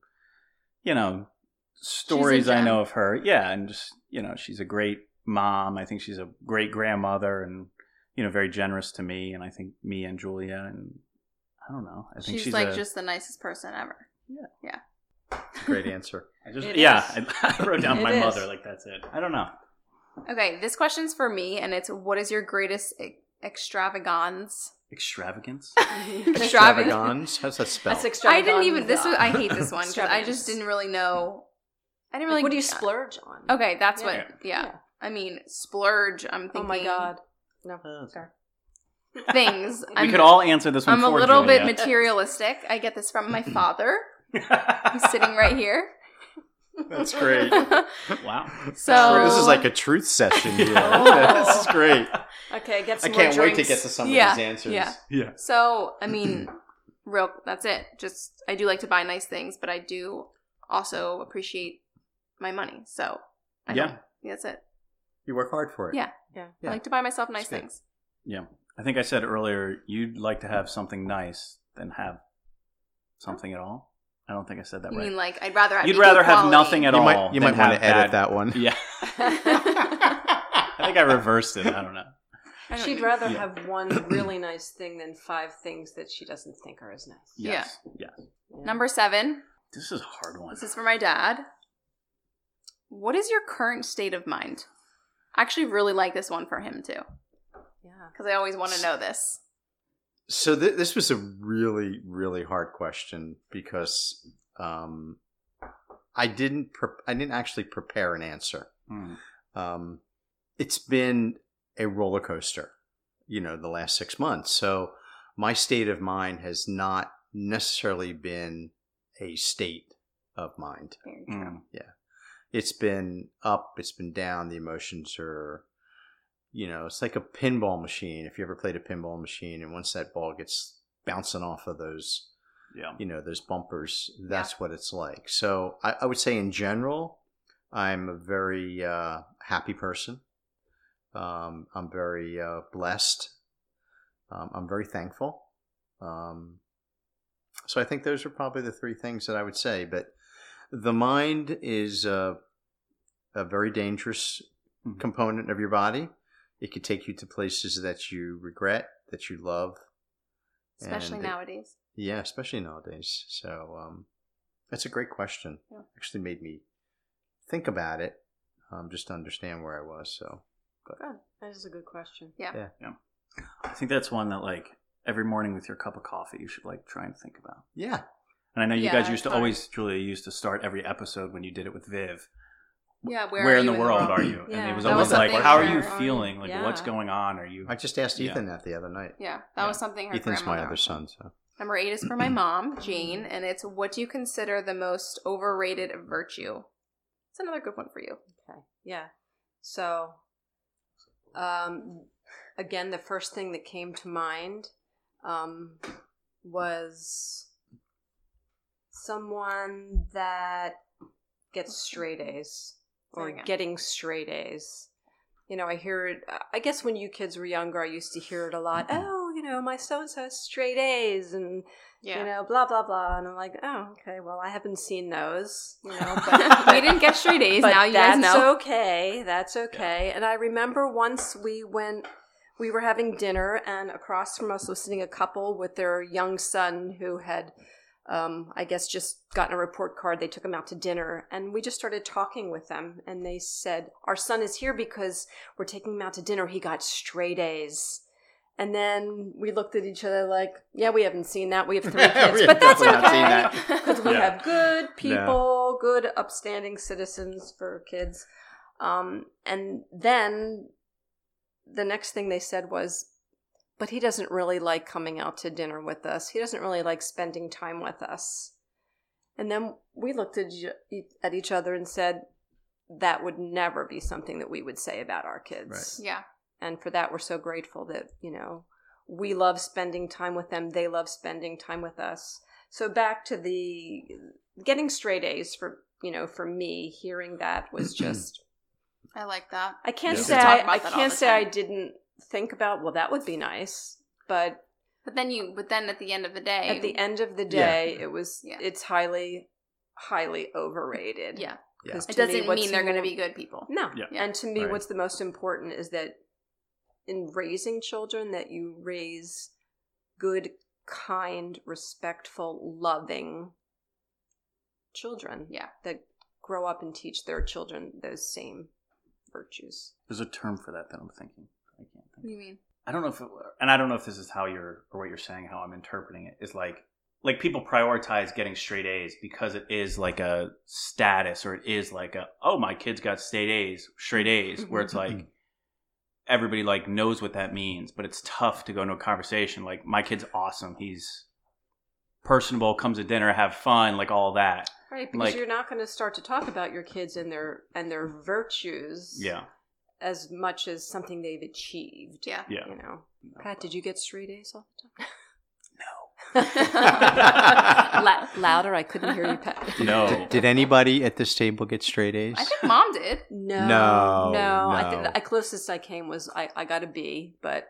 Speaker 1: you know, stories I
Speaker 2: gem.
Speaker 1: know of her. Yeah, and just, you know, she's a great mom. I think she's a great grandmother and you know, very generous to me and I think me and Julia and I don't know. I think
Speaker 2: She's,
Speaker 1: she's,
Speaker 2: like
Speaker 1: a-
Speaker 2: just the nicest person ever.
Speaker 3: Great answer.
Speaker 1: I just
Speaker 4: It
Speaker 1: yeah,
Speaker 4: is.
Speaker 1: I, I wrote down
Speaker 4: It
Speaker 1: my
Speaker 4: is.
Speaker 1: mother like that's it. I don't know.
Speaker 2: Okay, this question's for me, and it's what is your greatest e- extravagance?
Speaker 1: Extravagance.
Speaker 3: Extravagance. How's that spelled?
Speaker 4: That's
Speaker 2: I
Speaker 4: extravagant.
Speaker 2: didn't even. This was. I hate this one 'cause I
Speaker 4: Extravagance.
Speaker 2: just didn't really know. I didn't
Speaker 4: Like,
Speaker 2: really.
Speaker 4: what do you splurge on?
Speaker 2: Okay, that's what.
Speaker 1: Yeah.
Speaker 2: Yeah. I mean, splurge. I'm thinking.
Speaker 4: Oh my god. No.
Speaker 1: Uh,
Speaker 4: Sorry.
Speaker 2: Things.
Speaker 1: we
Speaker 2: I'm,
Speaker 1: could all answer this one.
Speaker 2: I'm a
Speaker 1: for
Speaker 2: little bit
Speaker 1: Julia.
Speaker 2: materialistic. I get this from my father, who's sitting right here.
Speaker 3: That's great.
Speaker 1: wow.
Speaker 2: so
Speaker 3: this is like a truth session here.
Speaker 4: Yeah.
Speaker 3: this is great.
Speaker 4: Okay, get
Speaker 3: I
Speaker 4: some
Speaker 3: can't
Speaker 4: more
Speaker 3: wait to
Speaker 4: drinks.
Speaker 3: get to some
Speaker 2: Yeah,
Speaker 3: of these answers.
Speaker 2: yeah.
Speaker 1: Yeah.
Speaker 2: So, I mean, real. That's it. Just I do like to buy nice things, but I do also appreciate my money. So, I
Speaker 1: Yeah.
Speaker 2: don't- that's it.
Speaker 3: You work hard for it.
Speaker 2: Yeah.
Speaker 4: Yeah.
Speaker 3: Yeah.
Speaker 2: I like to buy myself nice
Speaker 3: It's good.
Speaker 2: things.
Speaker 1: Yeah. I think I said earlier you'd like to have something nice than have something at all. I don't think I said that
Speaker 2: You
Speaker 1: right.
Speaker 2: mean like I'd rather have
Speaker 1: You'd rather have
Speaker 2: equality.
Speaker 1: nothing at
Speaker 3: you
Speaker 1: all.
Speaker 3: might you
Speaker 1: than
Speaker 3: might want
Speaker 1: have
Speaker 3: to
Speaker 1: bad-
Speaker 3: edit that one.
Speaker 1: Yeah. I think I reversed it. I don't know.
Speaker 2: I don't
Speaker 4: She'd
Speaker 2: know.
Speaker 4: rather
Speaker 1: Yeah.
Speaker 4: have one really nice thing than five things that she doesn't think are as nice.
Speaker 2: Yeah.
Speaker 1: Yes. Yeah.
Speaker 4: Yeah.
Speaker 2: Number seven.
Speaker 1: This is a hard one.
Speaker 2: This is for my dad. What is your current state of mind? I actually really like this one for him too,
Speaker 4: Yeah.
Speaker 2: because I always want to know this.
Speaker 3: So th- this was a really really hard question because um, I didn't pre- I didn't actually prepare an answer.
Speaker 1: Hmm.
Speaker 3: um, it's been a roller coaster, you know, the last six months. So my state of mind has not necessarily been a state of mind.
Speaker 2: Very true.
Speaker 1: Mm.
Speaker 3: It's been up, it's been down. The emotions are, you know, it's like a pinball machine. If you ever played a pinball machine, and once that ball gets bouncing off of those
Speaker 1: Yeah.
Speaker 3: you know those bumpers that's what it's like so I, I would say in general i'm a very uh, happy person um, i'm very uh, blessed um, i'm very thankful um, so i think those are probably the three things that i would say but the mind is a, a very dangerous
Speaker 1: Mhm.
Speaker 3: component of your body it could take you to places that you regret that you love
Speaker 2: especially
Speaker 3: And it-
Speaker 2: nowadays.
Speaker 3: yeah, especially nowadays. So um, that's a great question.
Speaker 2: Yeah.
Speaker 3: Actually, made me think about it, um, just to understand where I was. So
Speaker 4: That is a good question.
Speaker 1: I think that's one that like every morning with your cup of coffee you should like try and think about.
Speaker 3: yeah,
Speaker 1: And I know you
Speaker 2: Yeah,
Speaker 1: guys used to
Speaker 2: sorry.
Speaker 1: always, Julia, you used to start every episode when you did it with Viv.
Speaker 2: Yeah, where,
Speaker 1: Where,
Speaker 2: are
Speaker 1: in
Speaker 2: you
Speaker 1: the world, are you? And
Speaker 4: Yeah.
Speaker 1: it was
Speaker 2: That
Speaker 1: always
Speaker 2: was
Speaker 1: like,
Speaker 2: something
Speaker 1: how are you
Speaker 2: where
Speaker 4: are
Speaker 1: feeling?
Speaker 4: you?
Speaker 1: Like,
Speaker 4: Yeah.
Speaker 1: what's going on? Are you?
Speaker 3: I just asked
Speaker 1: Yeah.
Speaker 3: Ethan that the other night.
Speaker 2: Yeah, that was something her
Speaker 3: Ethan's my
Speaker 2: grandmother
Speaker 3: other
Speaker 2: always said.
Speaker 3: son. So
Speaker 2: Number eight is for my mom, Jane, and it's what do you consider the most overrated virtue? It's another good one for you.
Speaker 4: Okay. Yeah. So, um, again, the first thing that came to mind um, was someone that gets straight A's or
Speaker 2: There you go.
Speaker 4: getting straight A's. You know, I hear it. I guess when you kids were younger, I used to hear it a lot. Oh, you know, my so and so straight A's, and you know, blah blah blah. And I'm like, oh, okay. Well, I haven't seen those. You know, but,
Speaker 2: we didn't get straight A's.
Speaker 4: but
Speaker 2: Now you guys
Speaker 4: that's
Speaker 2: know.
Speaker 4: okay. That's okay. And I remember once we went, we were having dinner, and across from us was sitting a couple with their young son who had, um, I guess, just gotten a report card. They took him out to dinner, and we just started talking with them. And they said, "Our son is here because we're taking him out to dinner. He got straight A's." And then we looked at each other like, "Yeah, we haven't seen that. We have three kids,
Speaker 3: We
Speaker 4: but that's
Speaker 3: definitely haven't seen
Speaker 4: okay."
Speaker 3: that.
Speaker 4: because we
Speaker 1: Yeah.
Speaker 4: have good people, good upstanding citizens for kids. Um, and then the next thing they said was, "But he doesn't really like coming out to dinner with us. He doesn't really like spending e, time with us." And then we looked at, each- at each other and said, that would never be something that we would say about our kids.
Speaker 2: Yeah.
Speaker 4: And for that, we're so grateful that, you know, we love spending time with them, they love spending time with us. So back to the getting straight A's for, you know, for me, hearing that was just,
Speaker 2: I like that.
Speaker 4: I can't
Speaker 3: Yeah.
Speaker 4: say,
Speaker 2: We talk
Speaker 4: I,
Speaker 2: about
Speaker 4: I
Speaker 2: that all
Speaker 4: can't
Speaker 2: the
Speaker 4: say I
Speaker 2: time.
Speaker 4: didn't think about, well, that would be nice. But
Speaker 2: But then you, but then at the end of the day,
Speaker 4: at the end of the
Speaker 3: Yeah.
Speaker 4: day, it was,
Speaker 2: Yeah.
Speaker 4: it's highly, highly overrated.
Speaker 2: yeah,
Speaker 4: 'Cause
Speaker 2: it
Speaker 4: to me,
Speaker 2: doesn't
Speaker 4: what's
Speaker 2: mean they're going to
Speaker 4: more-
Speaker 2: be good people.
Speaker 4: No.
Speaker 3: Yeah.
Speaker 2: Yeah.
Speaker 4: And to me,
Speaker 3: Right.
Speaker 4: what's the most important is that in raising children, that you raise good, kind, respectful, loving children.
Speaker 2: Yeah.
Speaker 4: That grow up and teach their children those same virtues.
Speaker 1: There's a term for that that I'm thinking. I can't think.
Speaker 2: What do you mean?
Speaker 1: I don't know if, it, and I don't know if this is how you're or what you're saying, how I'm interpreting it is like, like people prioritize getting straight A's because it is like a status, or it is like a oh my kids got straight A's, straight A's, where it's like everybody like knows what that means, but it's tough to go into a conversation like my kid's awesome, he's personable, comes to dinner, have fun, like all that.
Speaker 4: Right, because
Speaker 1: Like-
Speaker 4: you're not going to start to talk about your kids and their and their virtues
Speaker 1: Yeah,
Speaker 4: as much as something they've achieved.
Speaker 2: Yeah.
Speaker 1: yeah.
Speaker 4: You know, Pat, did you get straight A's all the time?
Speaker 2: I
Speaker 4: La- louder, I couldn't hear you, Pat.
Speaker 1: No,
Speaker 3: Did anybody at this table get straight A's?
Speaker 2: think mom did.
Speaker 4: No,
Speaker 3: No,
Speaker 4: no. I think
Speaker 3: no.
Speaker 4: the closest I came was I, I got a B, but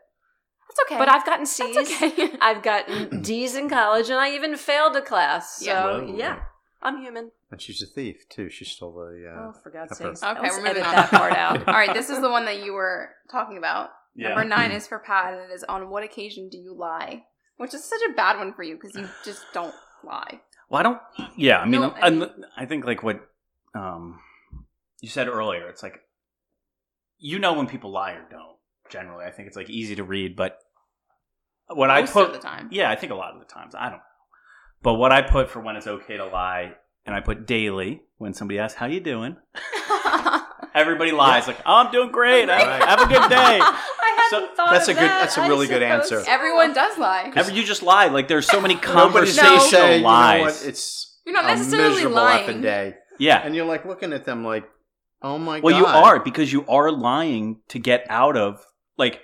Speaker 2: That's okay.
Speaker 4: but I've gotten C's.
Speaker 2: That's okay.
Speaker 4: I've gotten D's in college, and I even failed a class. So
Speaker 2: Yeah.
Speaker 4: yeah,
Speaker 1: Whoa.
Speaker 4: I'm human.
Speaker 3: and she's a thief too. She stole the. Uh,
Speaker 4: Oh, for God's
Speaker 3: Pepper.
Speaker 4: sake!
Speaker 2: Okay, we're moving
Speaker 4: edit
Speaker 2: on.
Speaker 4: that part out.
Speaker 2: All right, this is the one that you were talking about.
Speaker 1: yeah.
Speaker 2: Number nine is for Pat, and it is on what occasion do you lie? Which is such a bad one for you because you just don't lie.
Speaker 1: Well, I don't. Yeah, I mean,
Speaker 2: No,
Speaker 1: no,
Speaker 2: I
Speaker 1: I,
Speaker 2: mean-
Speaker 1: think like what um, you said earlier. It's like you know when people lie or don't. Generally, I think it's like easy to read, but what
Speaker 2: most
Speaker 1: I put
Speaker 2: of the time.
Speaker 1: yeah, I think a lot of the times I don't. know. But what I put for when it's okay to lie, and I put daily when somebody asks how you doing. Everybody lies like, "Oh, I'm doing great.
Speaker 3: Right.
Speaker 1: Have a good day."
Speaker 2: I
Speaker 1: So,
Speaker 2: hadn't thought
Speaker 3: that's
Speaker 2: of
Speaker 3: a good-
Speaker 2: that.
Speaker 3: that's a
Speaker 2: I
Speaker 3: really good
Speaker 2: suppose
Speaker 3: answer.
Speaker 2: Everyone does lie.
Speaker 1: Every- you just lie. Like there's so many
Speaker 3: Nobody's gonna
Speaker 1: conversational
Speaker 3: say, you know
Speaker 1: lies.
Speaker 3: what, it's
Speaker 2: You're not
Speaker 3: a
Speaker 2: necessarily
Speaker 3: miserable
Speaker 2: lying.
Speaker 3: effing day,
Speaker 1: yeah,
Speaker 3: and you're like looking at them like, oh my
Speaker 1: Well,
Speaker 3: god.
Speaker 1: you are because you are lying to get out of like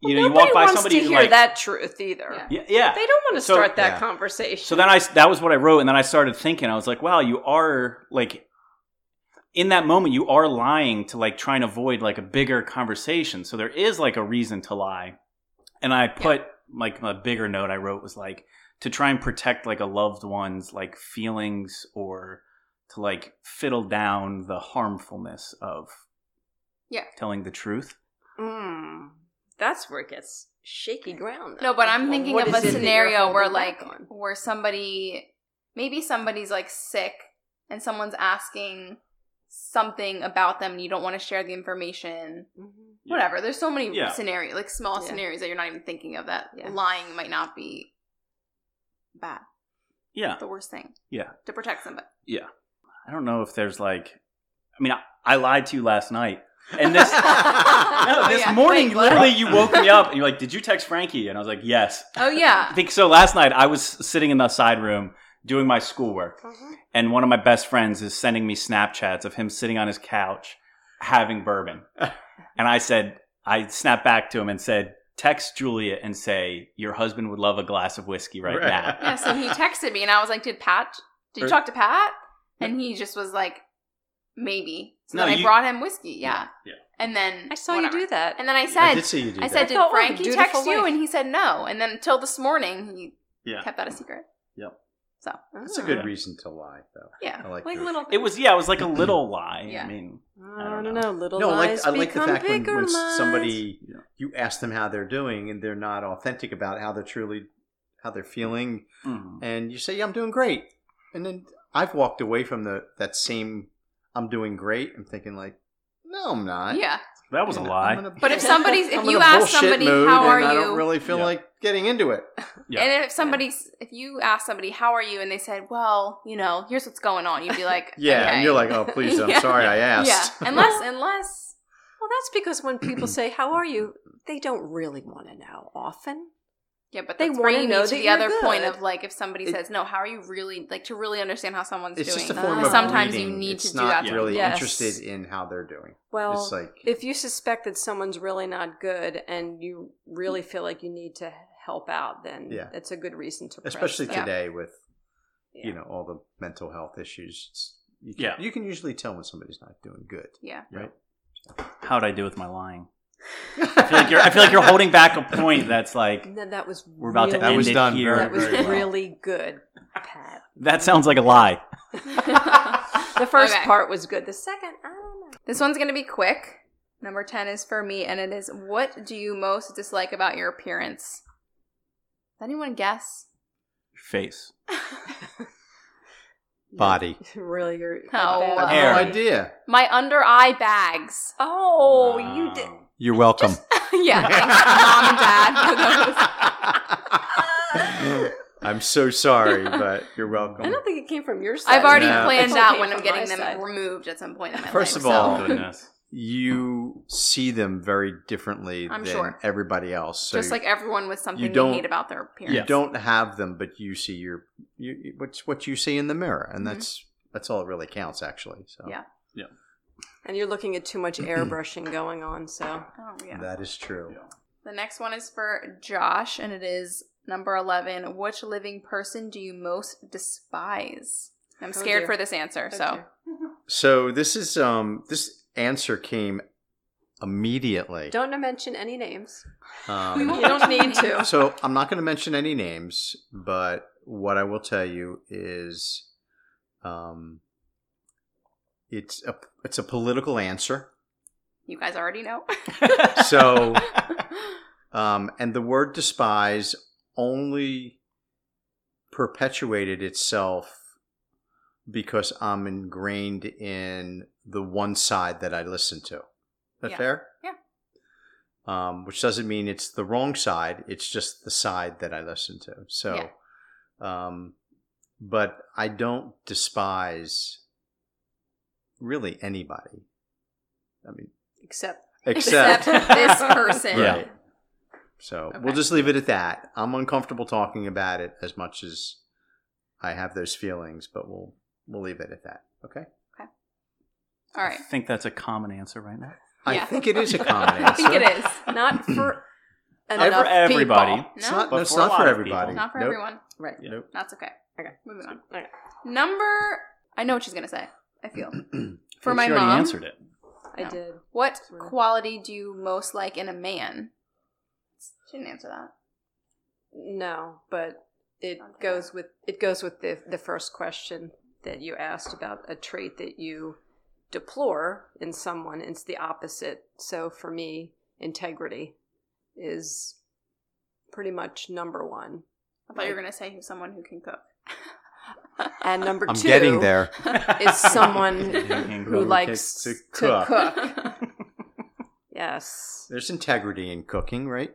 Speaker 1: you know you
Speaker 4: Nobody
Speaker 1: walk by
Speaker 4: wants
Speaker 1: somebody
Speaker 4: to
Speaker 1: and
Speaker 4: hear
Speaker 1: you're like
Speaker 4: that truth either.
Speaker 2: Yeah.
Speaker 1: yeah yeah.
Speaker 4: They don't want to
Speaker 1: So-
Speaker 4: start that
Speaker 3: yeah.
Speaker 4: conversation.
Speaker 1: So then I s- that was what I wrote and then I started thinking I was like wow you are like in that moment you are lying to like try and avoid like a bigger conversation so there is like a reason to lie and I put like a bigger note I wrote was like to try and protect like a loved one's like feelings or to like fiddle down the harmfulness of
Speaker 2: Yeah.
Speaker 1: telling the truth
Speaker 4: Mm, that's where it gets shaky ground.
Speaker 2: No, but I'm
Speaker 4: Well,
Speaker 2: thinking
Speaker 4: what
Speaker 2: of
Speaker 4: is
Speaker 2: a
Speaker 4: it that you're
Speaker 2: scenario where
Speaker 4: holding
Speaker 2: like
Speaker 4: back on?
Speaker 2: where somebody maybe somebody's like sick and someone's asking something about them and you don't want to share the information.
Speaker 4: Mhm.
Speaker 1: Yeah.
Speaker 2: Whatever. There's so many
Speaker 1: Yeah.
Speaker 2: scenario like small
Speaker 4: Yeah.
Speaker 2: scenarios that you're not even thinking of that
Speaker 4: Yeah.
Speaker 2: lying might not be bad.
Speaker 1: Yeah,
Speaker 2: The worst thing.
Speaker 1: Yeah.
Speaker 2: To protect somebody.
Speaker 1: I don't know if there's like, I mean, I, I lied to you last night, and this no,
Speaker 2: Oh,
Speaker 1: this
Speaker 2: yeah.
Speaker 1: morning,
Speaker 2: Wait, what?
Speaker 1: literally, you woke me up and you're like, "Did you text Frankie?" And I was like, "Yes."
Speaker 2: Oh
Speaker 1: I
Speaker 2: yeah.
Speaker 1: think so. Last night, I was sitting in the side room doing my schoolwork,
Speaker 2: Mm-hmm.
Speaker 4: Mhm.
Speaker 1: and one of my best friends is sending me Snapchats of him sitting on his couch having bourbon, and I said, I snapped back to him and said. Text Julia and say your husband would love a glass of whiskey right, now.
Speaker 2: Yeah, so he texted me and I was like, Did Pat did you
Speaker 1: Or-
Speaker 2: talk to Pat? And he just was like, Maybe. So
Speaker 1: No,
Speaker 2: then I
Speaker 1: you-
Speaker 2: brought him whiskey, yeah.
Speaker 1: Yeah.
Speaker 2: And then
Speaker 4: I saw
Speaker 2: whatever.
Speaker 4: you do that.
Speaker 2: And then I
Speaker 3: I
Speaker 2: said
Speaker 3: did see you do
Speaker 2: I
Speaker 3: that.
Speaker 2: said,
Speaker 4: I
Speaker 2: "Did
Speaker 4: thought, "Oh,
Speaker 2: Frankie
Speaker 4: beautiful
Speaker 2: text you?"
Speaker 4: wife.
Speaker 2: And he said, "No." And then until this morning, he
Speaker 1: Yeah.
Speaker 2: kept that a secret.
Speaker 3: that's a good reason to lie, though.
Speaker 2: "Hmm." Yeah,
Speaker 3: I like,
Speaker 4: Ah, Like
Speaker 3: your-
Speaker 4: little.
Speaker 1: It was yeah, it was like a little lie.
Speaker 2: Yeah.
Speaker 1: I mean,
Speaker 4: I don't, know. Little
Speaker 3: No, I
Speaker 4: lies
Speaker 3: like I like the
Speaker 4: become
Speaker 3: fact when,
Speaker 4: bigger
Speaker 3: when s-
Speaker 4: lies.
Speaker 3: somebody
Speaker 1: Yeah.
Speaker 3: you ask them how they're doing and they're not authentic about how they're truly how they're feeling,
Speaker 1: mhm.
Speaker 3: and you say, "Yeah, I'm doing great," and then I've walked away from the that same "I'm doing great." I'm thinking like, "No, I'm not."
Speaker 2: yeah.
Speaker 1: that was a
Speaker 3: I'm
Speaker 1: lie.
Speaker 3: in a-
Speaker 2: But if somebody's, if
Speaker 3: I'm in
Speaker 2: you
Speaker 3: a
Speaker 2: ask
Speaker 3: bullshit
Speaker 2: somebody,
Speaker 3: mood
Speaker 2: "How
Speaker 3: and
Speaker 2: are
Speaker 3: I
Speaker 2: you?"
Speaker 3: don't really feel
Speaker 1: Yeah.
Speaker 3: like getting into it.
Speaker 1: Yeah.
Speaker 2: And if somebody's, if you ask somebody, "How are you?" and they said, "Well, you know, here's what's going on," you'd be like,
Speaker 3: Yeah,
Speaker 2: okay.
Speaker 3: and you're like, "Oh, please, I'm
Speaker 2: Yeah.
Speaker 3: sorry, I
Speaker 2: yeah."
Speaker 3: asked."
Speaker 2: Unless, unless,
Speaker 4: Well, that's because when people say, "How are you?" they don't really want to know often.
Speaker 2: Yeah, but
Speaker 4: They
Speaker 2: they that's
Speaker 4: wanna
Speaker 2: where you
Speaker 4: know
Speaker 2: know to
Speaker 4: that
Speaker 2: the
Speaker 4: you're
Speaker 2: other point
Speaker 4: good.
Speaker 2: of like if somebody
Speaker 3: It-
Speaker 2: says no, how are you really like to really understand how someone's
Speaker 3: It's
Speaker 2: doing?
Speaker 3: just a
Speaker 2: that?
Speaker 3: form
Speaker 4: that.
Speaker 3: of
Speaker 2: Sometimes you
Speaker 3: reading.
Speaker 2: need
Speaker 3: it's
Speaker 2: to do
Speaker 3: not
Speaker 2: that. to
Speaker 3: really
Speaker 4: Yes.
Speaker 3: interested in how they're doing.
Speaker 4: Well,
Speaker 3: it's like
Speaker 4: if you suspect that someone's really not good and you really feel like you need to help out, then
Speaker 3: Yeah.
Speaker 4: it's a good reason to press
Speaker 3: especially
Speaker 4: that.
Speaker 3: today with
Speaker 4: Yeah.
Speaker 3: you know all the mental health issues. It's, you can,
Speaker 5: Yeah.
Speaker 3: you can usually tell when somebody's not doing good.
Speaker 2: Yeah.
Speaker 3: right.
Speaker 5: How'd I do with my lying? I feel like you're, I feel like you're holding back a point that's like
Speaker 4: No, that was
Speaker 5: we're about
Speaker 4: really,
Speaker 5: to end
Speaker 3: was
Speaker 5: it
Speaker 3: done
Speaker 5: here.
Speaker 3: very,
Speaker 4: that was
Speaker 3: very well.
Speaker 4: really good, Pat.
Speaker 5: That sounds like a lie.
Speaker 4: The first
Speaker 2: Okay.
Speaker 4: part was good. The second, I don't know.
Speaker 2: This one's going to be quick. Number 10 is for me, and it is what do you most dislike about your appearance? Anyone guess?
Speaker 5: Face.
Speaker 3: Body.
Speaker 4: Really, you're
Speaker 2: Oh,
Speaker 4: bad.
Speaker 2: wow.
Speaker 3: I
Speaker 5: Hair.
Speaker 3: have no idea.
Speaker 2: My under eye bags.
Speaker 4: Oh, you did.
Speaker 3: You're welcome.
Speaker 2: yeah, thanks, mom and dad. for those.
Speaker 3: I'm so sorry, but you're
Speaker 4: I
Speaker 3: welcome.
Speaker 4: don't think it came from your side.
Speaker 2: I've already
Speaker 3: No.
Speaker 2: planned
Speaker 4: It
Speaker 2: out
Speaker 4: came
Speaker 2: when I'm
Speaker 4: from my
Speaker 2: getting them
Speaker 4: side.
Speaker 2: removed at some point in Oh, my
Speaker 3: First
Speaker 2: life.
Speaker 3: of all,
Speaker 2: so-
Speaker 4: Oh.
Speaker 5: Goodness.
Speaker 3: You see them very differently
Speaker 2: I'm
Speaker 3: than
Speaker 2: sure.
Speaker 3: everybody else. So
Speaker 2: just like everyone with something
Speaker 3: don't-
Speaker 2: they hate about their
Speaker 3: you
Speaker 2: appearance.
Speaker 3: don't have them, but you see your you, you- what's what you see in the mirror, and
Speaker 2: Mhm.
Speaker 3: that's that's all that really counts, actually. So
Speaker 2: Yeah.
Speaker 4: And you're looking at too much airbrushing going on, so.
Speaker 2: Oh, yeah.
Speaker 3: that is true.
Speaker 2: The next one is for Josh, and it is number 11. Which living person do you most despise? I'm scared
Speaker 4: Oh, dear.
Speaker 2: for this answer, so.
Speaker 3: So this is um this answer came immediately.
Speaker 4: Don't mention any names.
Speaker 3: um,
Speaker 2: We
Speaker 4: You
Speaker 2: won't
Speaker 4: don't
Speaker 2: mention
Speaker 4: need to.
Speaker 3: So I'm not going to mention any names, but what I will tell you is, um, it's a it's a political answer.
Speaker 2: You guys already know.
Speaker 3: So, um, and the word despise only perpetuated itself because I'm ingrained in the one side that I listen to. Is that
Speaker 2: Yeah.
Speaker 3: fair?
Speaker 2: Yeah.
Speaker 3: Um, which doesn't mean it's the wrong side. It's just the side that I listen to. So, um, but I don't despise really anybody. I mean,
Speaker 4: Except
Speaker 3: except
Speaker 2: Except this person.
Speaker 3: Right. So we'll
Speaker 2: Okay.
Speaker 3: just leave it at that. I'm uncomfortable talking about it as much as I have those feelings, but we'll we'll leave it at that. Okay.
Speaker 2: All
Speaker 5: I
Speaker 2: right.
Speaker 5: think that's a common answer right now.
Speaker 3: I
Speaker 2: Yeah.
Speaker 3: think it is a common
Speaker 2: I
Speaker 3: answer.
Speaker 2: think it is.
Speaker 4: not for
Speaker 5: Not
Speaker 4: enough
Speaker 5: for everybody.
Speaker 4: people.
Speaker 3: It's
Speaker 2: No?
Speaker 3: not,
Speaker 5: But
Speaker 3: no, it's
Speaker 5: for a
Speaker 3: not
Speaker 5: lot
Speaker 3: for
Speaker 5: of
Speaker 3: everybody.
Speaker 5: people.
Speaker 2: Not for
Speaker 3: Nope.
Speaker 2: everyone.
Speaker 4: Right.
Speaker 3: Nope.
Speaker 2: That's okay.
Speaker 4: Okay.
Speaker 2: Moving on.
Speaker 4: Okay.
Speaker 2: Number, I know what she's going to say. I feel. For
Speaker 5: I think
Speaker 2: my
Speaker 5: she already
Speaker 2: mom.
Speaker 5: answered it.
Speaker 4: I
Speaker 2: No.
Speaker 4: did.
Speaker 2: What
Speaker 4: Sort of.
Speaker 2: quality do you most like in a man? She didn't answer that.
Speaker 4: No, but it goes with it goes with the the first question that you asked about a trait that you deplore in someone. It's the opposite. So for me, integrity is pretty much number one.
Speaker 2: I thought you were going to say who's someone who can cook.
Speaker 4: And number
Speaker 3: I'm
Speaker 4: two
Speaker 3: getting there.
Speaker 4: is someone
Speaker 5: Can
Speaker 4: who
Speaker 5: cook.
Speaker 4: likes
Speaker 3: To
Speaker 4: to
Speaker 3: cook.
Speaker 4: cook. yes.
Speaker 3: There's integrity in cooking, right?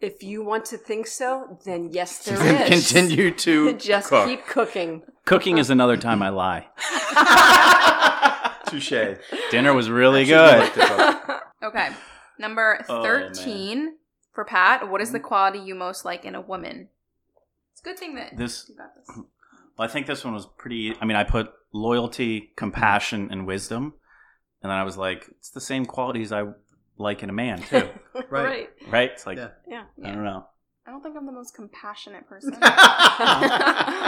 Speaker 4: If you want to think so, then yes, there
Speaker 3: Then
Speaker 4: is.
Speaker 3: continue to
Speaker 4: Just
Speaker 3: cook.
Speaker 4: keep cooking.
Speaker 5: Cooking is another time I lie.
Speaker 3: Touche.
Speaker 5: Dinner was really
Speaker 3: Actually,
Speaker 5: good.
Speaker 3: you like to cook.
Speaker 2: Okay. Number
Speaker 5: Oh,
Speaker 2: 13 for Pat. What is the quality you most like in a woman? It's a good thing that
Speaker 5: This-
Speaker 2: you got this.
Speaker 5: Well, I think this one was pretty. I mean, I put loyalty, compassion, and wisdom, and then I was like, it's the same qualities I like in a man too,
Speaker 3: Right.
Speaker 5: right? It's like,
Speaker 3: Yeah.
Speaker 4: Yeah.
Speaker 5: I don't know.
Speaker 2: I don't think I'm the most compassionate person.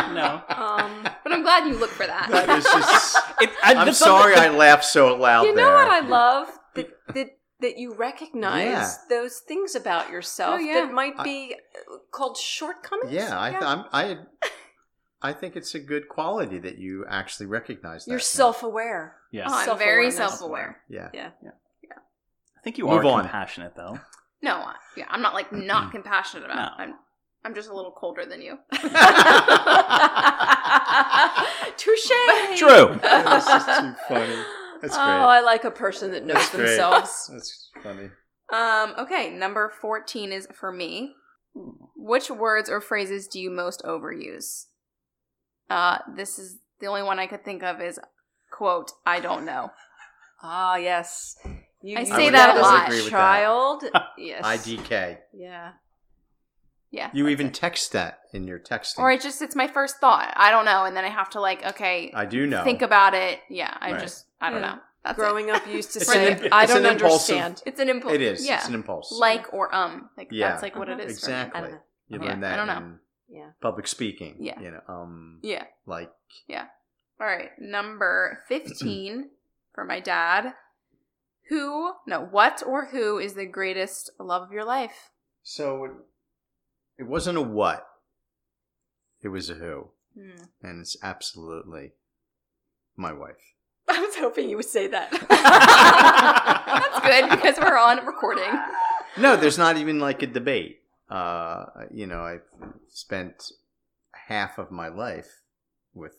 Speaker 5: No.
Speaker 4: Um,
Speaker 2: But I'm glad you look for that.
Speaker 3: That is just.
Speaker 5: It, I,
Speaker 3: I'm
Speaker 5: that's
Speaker 3: sorry
Speaker 5: not-
Speaker 3: I laughed so loud
Speaker 4: you know
Speaker 3: there.
Speaker 4: what I love that that that you recognize
Speaker 3: Yeah.
Speaker 4: those things about yourself
Speaker 2: Oh, yeah.
Speaker 4: that might
Speaker 3: I-
Speaker 4: be uh, called shortcomings.
Speaker 3: Yeah, I, I'm, I, I think it's a good quality that you actually recognize that.
Speaker 4: you're
Speaker 3: now.
Speaker 4: self-aware.
Speaker 5: yes.
Speaker 2: Oh, I'm very
Speaker 4: Self-awareness.
Speaker 2: self aware.
Speaker 3: Yeah.
Speaker 5: I think you
Speaker 3: Move
Speaker 5: are
Speaker 3: on.
Speaker 5: compassionate though.
Speaker 2: No, I- yeah, I'm not like not compassionate about it.
Speaker 5: No.
Speaker 2: I'm, I'm just a little colder than you.
Speaker 4: Touche.
Speaker 5: True.
Speaker 3: That's just too funny. That's great.
Speaker 4: oh, I like a person that knows
Speaker 3: That's great.
Speaker 4: themselves.
Speaker 3: That's funny.
Speaker 2: Um, okay, number 14 is for me. Which words or phrases do you most overuse? Uh, this is the only one I could think of is quote, I don't know.
Speaker 4: Ah, yes. You,
Speaker 2: I
Speaker 4: you
Speaker 2: say
Speaker 4: did
Speaker 2: that a
Speaker 4: as
Speaker 2: lot.
Speaker 3: I would agree with that.
Speaker 4: Child. yes.
Speaker 3: IDK.
Speaker 4: Yeah.
Speaker 2: Yeah.
Speaker 3: You
Speaker 2: that's
Speaker 3: even
Speaker 2: it.
Speaker 3: text that in your texting.
Speaker 2: or it just it's my first thought. I don't know, and then I have to like okay,
Speaker 3: I do know.
Speaker 2: think about it. Yeah, I
Speaker 3: Right.
Speaker 2: just I don't
Speaker 4: Yeah.
Speaker 2: know. That's growing.
Speaker 4: Growing up used to
Speaker 3: It's
Speaker 4: say,
Speaker 3: an imp-
Speaker 4: I
Speaker 3: it's an
Speaker 4: don't
Speaker 3: impulsive-
Speaker 4: understand.
Speaker 2: It's an impulse.
Speaker 3: it is.
Speaker 2: Yeah.
Speaker 3: It's an impulse.
Speaker 2: like or um. Like
Speaker 3: Yeah.
Speaker 2: that's like what it
Speaker 4: Uh-huh.
Speaker 2: is. for me.
Speaker 4: I
Speaker 3: exactly.
Speaker 4: don't know.
Speaker 3: You
Speaker 2: Yeah,
Speaker 3: learn
Speaker 2: I
Speaker 3: that
Speaker 2: don't know.
Speaker 3: in
Speaker 4: Yeah.
Speaker 3: public speaking.
Speaker 2: Yeah.
Speaker 3: You know, um,
Speaker 2: Yeah.
Speaker 3: like
Speaker 2: All right, number 15 for my dad. Who, no, what or who is the greatest love of your life?
Speaker 3: so. It, it wasn't a what. It was a who,
Speaker 2: Hmm.
Speaker 3: and it's absolutely my wife.
Speaker 4: I was hoping you would say that.
Speaker 2: That's good because we're on recording.
Speaker 3: No, there's not even like a debate. Uh, you know, I spent half of my life with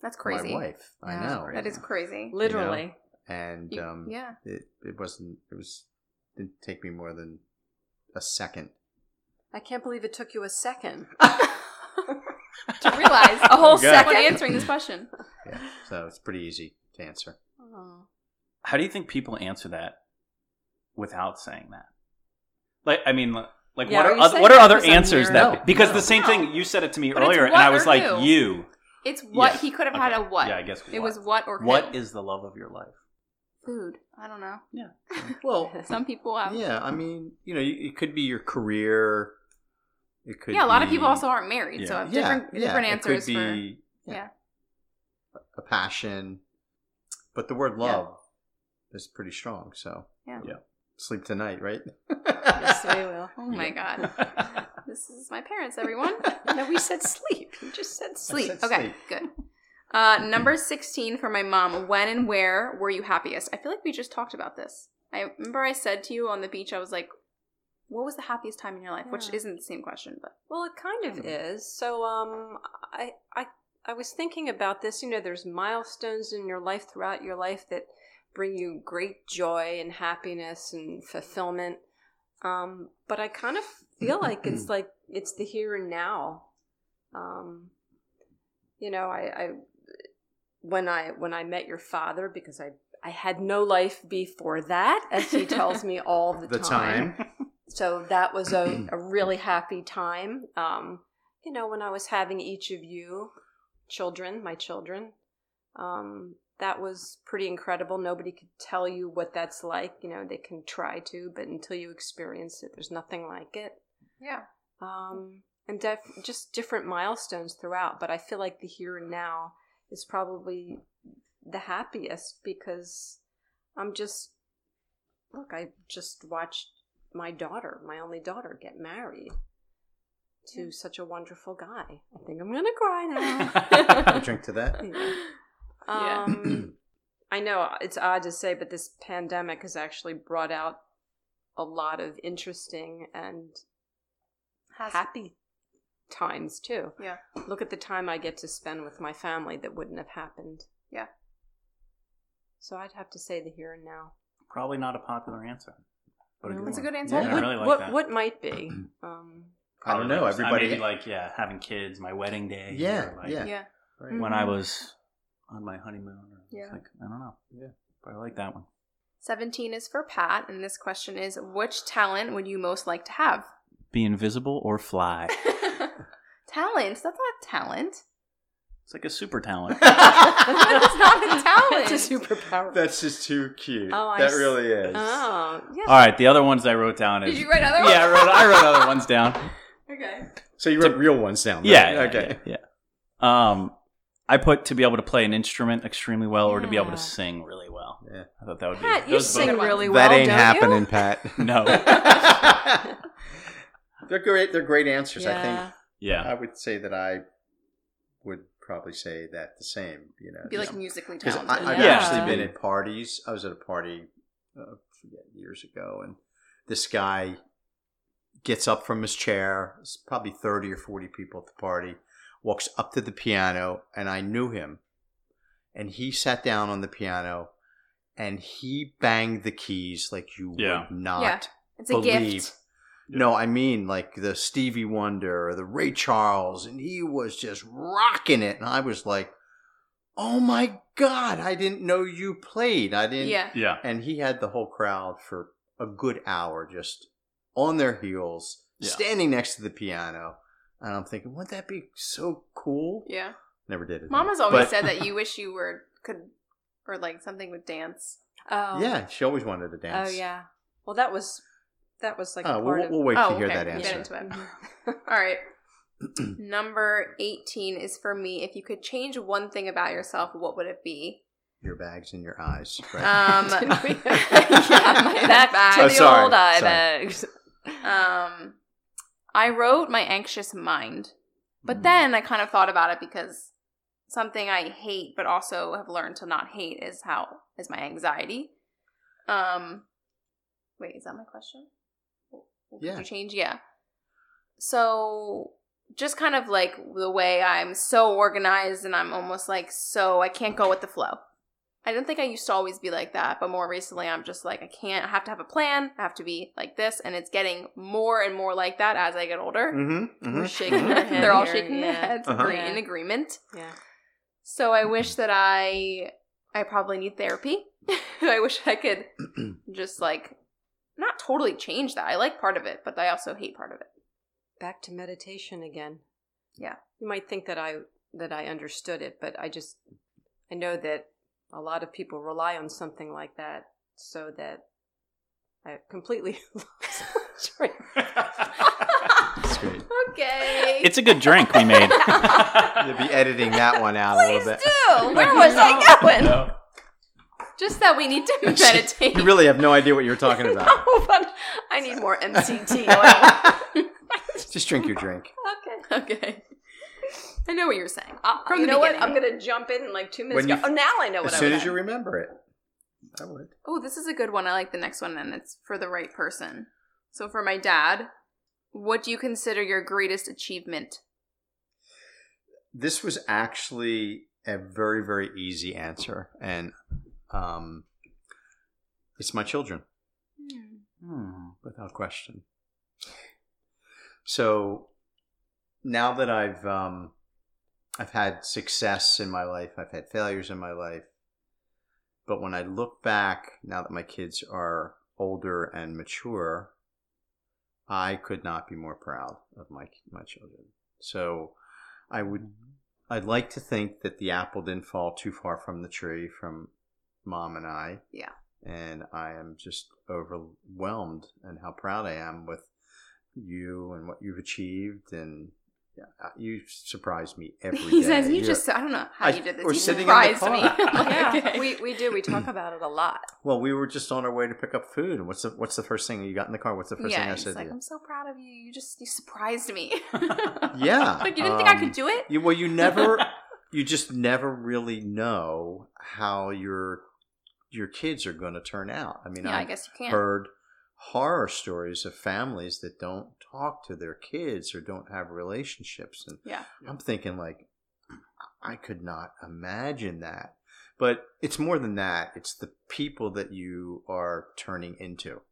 Speaker 2: That's crazy.
Speaker 3: my wife. I
Speaker 2: Yeah,
Speaker 3: know
Speaker 2: That is crazy.
Speaker 4: Literally.
Speaker 3: and
Speaker 2: You-
Speaker 3: um,
Speaker 2: yeah.
Speaker 3: it, it wasn't. It was didn't take me more than a second.
Speaker 4: I can't believe it took you a second.
Speaker 2: To realize a whole
Speaker 3: God.
Speaker 2: second answering this question.
Speaker 3: Yeah, so it's pretty easy to answer.
Speaker 4: Oh.
Speaker 5: How do you think people answer that without saying that? Like, I mean, like,
Speaker 4: Yeah,
Speaker 5: what
Speaker 4: are
Speaker 5: are
Speaker 4: you
Speaker 5: oth-
Speaker 4: saying
Speaker 5: what are
Speaker 4: that
Speaker 5: other
Speaker 4: 'cause I'm
Speaker 5: answers
Speaker 3: weird?
Speaker 5: that
Speaker 3: No,
Speaker 5: because
Speaker 3: no.
Speaker 5: the same
Speaker 2: No.
Speaker 5: thing you said it to me
Speaker 2: But it's
Speaker 5: earlier, and
Speaker 2: what
Speaker 5: I was
Speaker 2: or
Speaker 5: like,
Speaker 2: who?
Speaker 5: you.
Speaker 2: It's what
Speaker 5: Yeah.
Speaker 2: he could have
Speaker 5: Okay.
Speaker 2: had a what.
Speaker 5: Yeah, I guess
Speaker 2: It
Speaker 5: what.
Speaker 2: was what or who.
Speaker 5: What is the love of your life?
Speaker 2: food? I don't know.
Speaker 3: Well,
Speaker 2: Some people have. Yeah,
Speaker 3: yeah, I mean, you know, it could be your career. It could.
Speaker 2: a lot of
Speaker 3: be-
Speaker 2: people also aren't married, so I have Uh, different, different
Speaker 3: it could
Speaker 2: answers for.
Speaker 3: be,
Speaker 2: yeah.
Speaker 3: a passion, but the word love is pretty strong. So
Speaker 2: Yeah.
Speaker 5: Yeah.
Speaker 3: sleep tonight, right?
Speaker 4: Yes, we will.
Speaker 2: Oh my God. This is my parents, everyone.
Speaker 4: No, we said sleep. You just said sleep.
Speaker 2: Sleep.
Speaker 3: said
Speaker 2: Okay, good. Uh, number 16 for my mom. When and where were you happiest? I feel like we just talked about this. I remember I said to you on the beach, I was like, what was the happiest time in your life? Which
Speaker 4: Yeah.
Speaker 2: isn't the same question, but
Speaker 4: Well, it kind of is. So, um, I, I, I was thinking about this. You know, there's milestones in your life throughout your life that bring you great joy and happiness and fulfillment. Um, but I kind of feel like it's like it's the here and now. Um, you know, I, I when I when I met your father because I I had no life before that, as he tells me all the,
Speaker 3: The time.
Speaker 4: so that was a, a really happy time um, you know when i was having each of you children my children um, that was pretty incredible nobody could tell you what that's like you know they can try to but until you experience it there's nothing like it
Speaker 2: yeah.
Speaker 4: um, and def- just different milestones throughout. But I feel like the here and now is probably the happiest because I'm just look. I just watched my daughter, my only daughter, get married to such a wonderful guy. I think I'm gonna cry now.
Speaker 3: Drink to that.
Speaker 2: Yeah.
Speaker 4: Um, I know uh, it's odd to say, but this pandemic has actually brought out a lot of interesting and
Speaker 2: Has-
Speaker 4: happy times too.
Speaker 2: Yeah.
Speaker 4: Look at the time I get to spend with my family that wouldn't have happened.
Speaker 2: Yeah.
Speaker 4: So I'd have to say the here and now.
Speaker 5: Probably not a popular answer. But
Speaker 4: No.
Speaker 2: That's a
Speaker 5: one.
Speaker 2: good answer.
Speaker 3: Yeah, I
Speaker 4: what,
Speaker 5: really like
Speaker 4: what,
Speaker 5: that.
Speaker 4: what might be? Um,
Speaker 3: I don't
Speaker 5: Probably
Speaker 3: know.
Speaker 5: just-
Speaker 3: Everybody.
Speaker 5: maybe like yeah, having kids, my wedding day.
Speaker 3: Yeah,
Speaker 5: or, like,
Speaker 3: yeah.
Speaker 2: Yeah. Mm-hmm.
Speaker 3: Right.
Speaker 5: When I was on my honeymoon, or
Speaker 2: Yeah.
Speaker 5: like I don't know. Yeah, but I like that one.
Speaker 2: 17 is for Pat, and this question is which talent would you most like to have?
Speaker 5: Be invisible or fly.
Speaker 2: talent? That's not talent.
Speaker 5: It's like a super talent.
Speaker 2: That's not a talent.
Speaker 4: it's a superpower.
Speaker 3: That's just too cute.
Speaker 4: Oh, I
Speaker 3: that
Speaker 4: s-
Speaker 3: really is.
Speaker 4: oh, yeah.
Speaker 5: All right, the other ones I wrote down is
Speaker 2: Did you write other ones?
Speaker 5: yeah, I wrote, I wrote other ones down.
Speaker 2: Okay.
Speaker 3: So you wrote real ones down. right?
Speaker 5: Yeah, yeah,
Speaker 3: Okay.
Speaker 5: yeah, yeah. Um, I put to be able to play an instrument extremely well, or to be able
Speaker 4: Yeah.
Speaker 5: to sing really well.
Speaker 3: Yeah.
Speaker 5: I thought that would be.
Speaker 4: Pat, you
Speaker 5: those
Speaker 4: sing
Speaker 5: both-
Speaker 4: really well.
Speaker 3: That ain't
Speaker 4: don't
Speaker 3: happening,
Speaker 4: You?
Speaker 3: Pat.
Speaker 5: No.
Speaker 3: they're great. They're great answers. I think.
Speaker 5: Yeah,
Speaker 3: I would say that I would probably say that the same. You know,
Speaker 2: Be
Speaker 3: just
Speaker 2: like musically
Speaker 3: Because
Speaker 2: talented.
Speaker 3: I've
Speaker 5: Yeah.
Speaker 3: actually been at parties. I was at a party uh, I forget, years ago, and this guy gets up from his chair. It's probably thirty or forty people at the party. Walks up to the piano, and I knew him. And he sat down on the piano, and he banged the keys like you
Speaker 5: Yeah.
Speaker 3: would not
Speaker 2: Yeah. It's a
Speaker 3: believe.
Speaker 2: gift.
Speaker 3: No, I mean like the Stevie Wonder or the Ray Charles, and he was just rocking it. And I was like, oh my God, I didn't know you played. I didn't.
Speaker 2: Yeah.
Speaker 5: yeah.
Speaker 3: And he had the whole crowd for a good hour just on their heels,
Speaker 5: Yeah.
Speaker 3: standing next to the piano. And I'm thinking, wouldn't that be so cool?
Speaker 2: Yeah.
Speaker 3: Never did it.
Speaker 2: Mama's always
Speaker 3: But-
Speaker 2: said that you wish you were could or like something with dance. um,
Speaker 4: Oh.
Speaker 3: Yeah, she always wanted to dance.
Speaker 4: Oh yeah. Well, that was that was like
Speaker 3: oh,
Speaker 4: part
Speaker 3: we'll,
Speaker 4: of
Speaker 3: we'll wait
Speaker 2: Oh,
Speaker 3: to hear
Speaker 2: okay.
Speaker 3: that
Speaker 2: We'll
Speaker 3: answer.
Speaker 2: get into it. All right. Number 18 is for me. If you could change one thing about yourself, what would it be?
Speaker 3: Your bags and your eyes. Right?
Speaker 2: Um,
Speaker 4: Did we-
Speaker 2: yeah, my back bag.
Speaker 3: Oh,
Speaker 4: the
Speaker 3: sorry,
Speaker 4: old uh, eye
Speaker 3: sorry.
Speaker 4: bags.
Speaker 2: Um, I wrote my anxious mind,
Speaker 1: Mm-hmm.
Speaker 2: but then I kind of thought about it because something I hate, but also have learned to not hate, is how is my anxiety. Um, wait, is that my question? What would
Speaker 3: Yeah.
Speaker 2: you change? Yeah. So just kind of like the way I'm so organized, and I'm almost like so I can't go with the flow. I didn't think I used to always be like that, but more recently I'm just like I can't. I have to have a plan. I have to be like this, and it's getting more and more like that as I get older.
Speaker 3: mm-hmm,
Speaker 4: We're
Speaker 3: mm-hmm.
Speaker 4: shaking their head
Speaker 2: They're all
Speaker 4: here,
Speaker 2: shaking their
Speaker 4: yeah.
Speaker 2: heads
Speaker 3: Uh-huh.
Speaker 2: agree-
Speaker 4: Yeah.
Speaker 2: in agreement.
Speaker 4: Yeah.
Speaker 2: So I wish that I I probably need therapy. I wish I could just like not totally change that. I like part of it, but I also hate part of it.
Speaker 4: Back to meditation again.
Speaker 2: Yeah.
Speaker 4: You might think that I that I understood it, but I just I know that a lot of people rely on something like that so that I completely lost my train.
Speaker 3: That's great.
Speaker 2: Okay.
Speaker 1: It's a good drink we made.
Speaker 3: You'll be editing that one out a
Speaker 2: Please
Speaker 3: little bit.
Speaker 2: do. Where was I going?
Speaker 5: No.
Speaker 2: Just that we need to meditate.
Speaker 3: You really have no idea what you're talking about.
Speaker 2: No, but I need more MCT oil.
Speaker 3: Just drink your drink.
Speaker 2: okay. I know what you were saying. Uh,
Speaker 4: From
Speaker 2: you
Speaker 4: the
Speaker 2: know
Speaker 4: beginning.
Speaker 2: what? I'm gonna jump in in like two minutes.
Speaker 3: When you-
Speaker 2: ago. oh, now I know what
Speaker 3: As
Speaker 2: I
Speaker 3: soon
Speaker 2: would
Speaker 3: as you
Speaker 2: add.
Speaker 3: remember it, I would.
Speaker 2: Oh, this is a good one. I like the next one, and it's for the right person. So for my dad, what do you consider your greatest achievement?
Speaker 3: This was actually a very, very easy answer, and um, it's my children.
Speaker 5: Hmm.
Speaker 3: without question. So now that I've um, I've had success in my life, I've had failures in my life, but when I look back, now that my kids are older and mature, I could not be more proud of my my children. So I would I'd like to think that the apple didn't fall too far from the tree from mom and I.
Speaker 2: Yeah.
Speaker 3: And I am just overwhelmed and how proud I am with you and what you've achieved and yeah, uh, you surprise me every day.
Speaker 2: He says, "You
Speaker 3: You're-
Speaker 2: just I don't know how
Speaker 3: I-
Speaker 2: you did this.
Speaker 3: we're
Speaker 2: you
Speaker 3: sitting in the
Speaker 2: surprised
Speaker 3: car."
Speaker 2: me."
Speaker 4: yeah,
Speaker 2: Like, okay.
Speaker 4: we, we do. We talk about it a lot.
Speaker 3: Well, we were just on our way to pick up food. and What's the What's the first thing you got in the car? What's the first
Speaker 2: yeah,
Speaker 3: thing I
Speaker 2: he's
Speaker 3: said
Speaker 2: like,
Speaker 3: to you?
Speaker 2: "I'm so proud of you. You just you surprised me."
Speaker 3: Yeah.
Speaker 2: like you didn't think I
Speaker 3: um,
Speaker 2: could do it?
Speaker 3: You, well, you never, you just never really know how your your kids are going to turn out. I mean,
Speaker 2: yeah, I
Speaker 3: I've
Speaker 2: guess you can't.
Speaker 3: heard horror stories of families that don't talk to their kids or don't have relationships, and
Speaker 2: Yeah.
Speaker 3: I'm thinking like, I could not imagine that. But it's more than that. It's the people that you are turning into.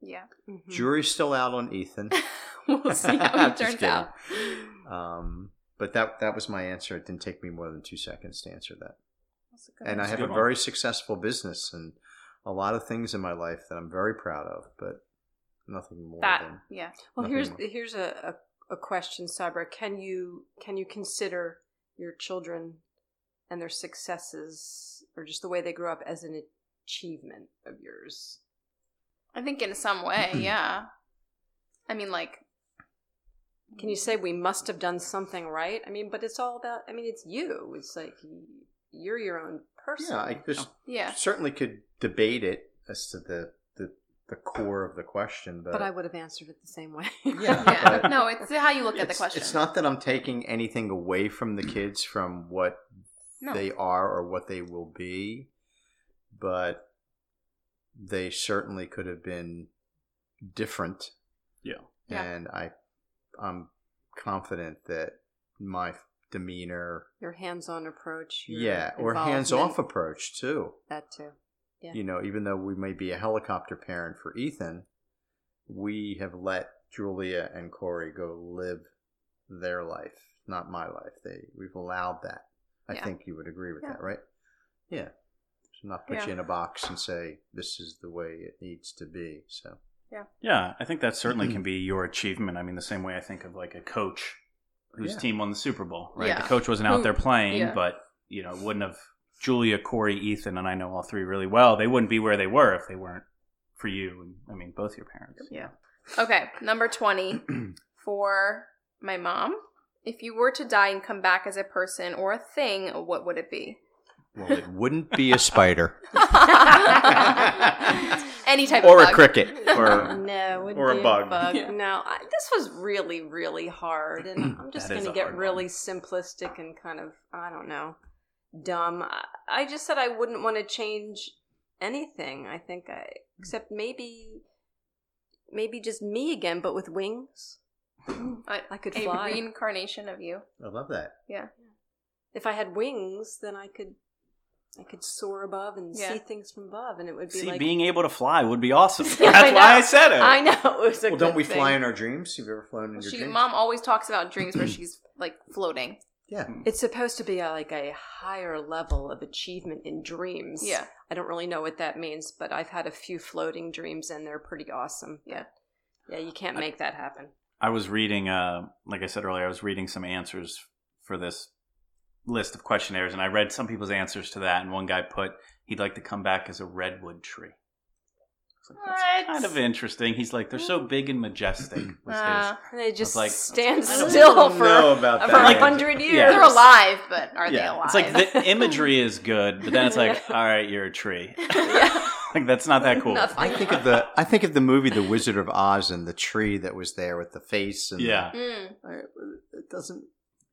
Speaker 2: Yeah,
Speaker 4: Mm-hmm.
Speaker 3: Jury's still out on Ethan.
Speaker 2: we'll see how it
Speaker 3: Just
Speaker 2: turns
Speaker 3: kidding.
Speaker 2: out.
Speaker 3: Um, but that that was my answer. It didn't take me more than two seconds to answer that.
Speaker 2: That's a good
Speaker 3: and I
Speaker 2: one.
Speaker 3: have
Speaker 5: good
Speaker 3: a
Speaker 5: one.
Speaker 3: very successful business and a lot of things in my life that I'm very proud of, but nothing more
Speaker 2: that.
Speaker 3: than
Speaker 2: Yeah,
Speaker 4: Well,
Speaker 3: Nothing
Speaker 4: here's
Speaker 3: more.
Speaker 4: here's a, a, a question, Sabra. Can you can you consider your children and their successes, or just the way they grew up, as an achievement of yours?
Speaker 2: I think in some way, yeah. I mean, like,
Speaker 4: Can you say we must have done something right? I mean, but it's all about. I mean, it's you. It's like you're your own person.
Speaker 3: yeah. I just
Speaker 2: yeah,
Speaker 3: certainly could debate it as to the the, the core of the question, but,
Speaker 4: but I would have answered it the same way.
Speaker 3: uh, Yeah.
Speaker 2: yeah.
Speaker 3: but-
Speaker 2: no, it's how you look at the
Speaker 3: it's,
Speaker 2: question.
Speaker 3: it's not that I'm taking anything away from the kids from what
Speaker 2: No.
Speaker 3: they are or what they will be, but they certainly could have been different.
Speaker 5: Yeah.
Speaker 2: Yeah.
Speaker 3: And I, I'm confident that my demeanor,
Speaker 4: your hands-on approach. your
Speaker 3: yeah, or hands-off
Speaker 4: involvement,
Speaker 3: approach too.
Speaker 4: That too. Yeah.
Speaker 3: You know, even though we may be a helicopter parent for Ethan, we have let Julia and Corey go live their life, not my life. They we've allowed that. I
Speaker 2: Yeah.
Speaker 3: think you would agree with
Speaker 4: Yeah.
Speaker 3: that, right? Yeah. So not put
Speaker 2: Yeah.
Speaker 3: you in a box and say this is the way it needs to be. So
Speaker 1: Yeah, I think that certainly
Speaker 3: Hmm.
Speaker 1: can be your achievement. I mean, the same way I think of like a coach whose
Speaker 3: Yeah.
Speaker 1: team won the Super Bowl, right?
Speaker 2: Yeah.
Speaker 1: The coach wasn't out
Speaker 2: Who-
Speaker 1: there playing,
Speaker 2: yeah.
Speaker 1: but you know, wouldn't have Julia, Corey, Ethan, and I know all three really well. They wouldn't be where they were if they weren't for you. And I mean, both your parents.
Speaker 2: Yeah. Okay, number 20 for my mom. If you were to die and come back as a person or a thing, what would it be?
Speaker 3: Well, it wouldn't be a spider
Speaker 2: Any type
Speaker 3: or
Speaker 2: of
Speaker 3: a
Speaker 2: bug.
Speaker 3: cricket.
Speaker 1: Or
Speaker 4: No, it would
Speaker 1: or a
Speaker 4: be
Speaker 1: bug.
Speaker 2: Yeah.
Speaker 4: No, I, this was really, really hard, and I'm just
Speaker 1: That is
Speaker 4: going to
Speaker 1: a
Speaker 4: get
Speaker 1: hard
Speaker 4: really
Speaker 1: one.
Speaker 4: simplistic and kind of, I don't know, dumb. I, I just said I wouldn't want to change anything. I think I, except maybe, maybe just me again, but with wings.
Speaker 2: I-
Speaker 4: I could
Speaker 2: a
Speaker 4: fly.
Speaker 2: reincarnation of you.
Speaker 3: I love that.
Speaker 4: if I had wings, then I could, I could soar above and
Speaker 2: Yeah.
Speaker 4: see things from above, and it would be
Speaker 1: See,
Speaker 4: like.
Speaker 1: being able to fly would be awesome. That's
Speaker 4: Yeah, I know.
Speaker 1: why I said it.
Speaker 4: I know. It was a
Speaker 3: Well, don't
Speaker 4: good
Speaker 3: we
Speaker 4: thing.
Speaker 3: fly in our dreams? Have you ever flown in your
Speaker 2: She,
Speaker 3: dreams?
Speaker 2: mom always talks about dreams where she's like floating.
Speaker 3: yeah.
Speaker 4: It's supposed to be a, like a higher level of achievement in dreams.
Speaker 2: Yeah.
Speaker 4: I don't really know what that means, but I've had a few floating dreams and they're pretty awesome.
Speaker 2: Yeah.
Speaker 4: Yeah, you can't make that happen.
Speaker 1: I was reading, uh, like I said earlier, I was reading some answers for this list of questionnaires, and I read some people's answers to that. And one guy put he'd like to come back as a redwood tree. It's like, that's
Speaker 2: What?
Speaker 1: kind of interesting. He's like they're so big and majestic. Was
Speaker 2: Uh,
Speaker 1: his.
Speaker 4: And they just
Speaker 1: like,
Speaker 4: stand
Speaker 2: I don't
Speaker 4: still
Speaker 3: I
Speaker 4: for
Speaker 3: know about
Speaker 4: for
Speaker 3: that.
Speaker 4: a hundred years.
Speaker 1: Yeah.
Speaker 2: They're alive, but are they
Speaker 3: Yeah,
Speaker 2: alive?
Speaker 1: It's like the imagery is good, but then it's like, all right, you're a tree.
Speaker 4: Yeah.
Speaker 1: like that's not that cool.
Speaker 4: Nothing.
Speaker 3: I think of the I think of the movie The Wizard of Oz and the tree that was there with the face and
Speaker 1: Yeah,
Speaker 2: Mm,
Speaker 3: I, it doesn't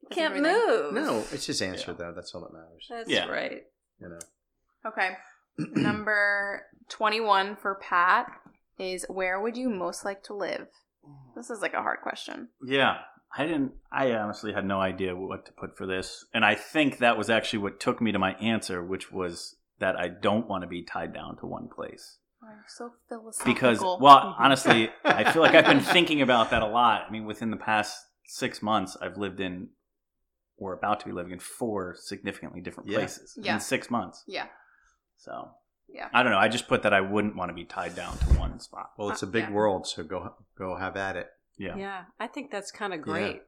Speaker 4: Can't
Speaker 2: Isn't really-
Speaker 4: move.
Speaker 3: no it's his answer though that's all that matters
Speaker 4: That's
Speaker 1: Yeah.
Speaker 4: right.
Speaker 3: you know
Speaker 2: Okay. Number 21 for Pat is where would you most like to live?
Speaker 1: Mm.
Speaker 2: This is like a hard question.
Speaker 1: yeah. I didn't. I honestly had no idea what to put for this, and I think that was actually what took me to my answer, which was that I don't want to be tied down to one place.
Speaker 2: Oh, you're so philosophical.
Speaker 1: because well honestly i feel like i've been thinking about that a lot i mean within the past six months i've lived in or about to be living in four significantly different
Speaker 3: Yeah.
Speaker 1: places
Speaker 2: Yeah.
Speaker 1: in six months
Speaker 2: Yeah.
Speaker 1: so
Speaker 2: Yeah.
Speaker 1: i don't know i just put that i wouldn't want to be tied down to one spot
Speaker 3: well
Speaker 4: uh,
Speaker 3: it's a big
Speaker 2: Yeah.
Speaker 3: world so go go have at it
Speaker 1: yeah
Speaker 4: Yeah, I think that's kind of great.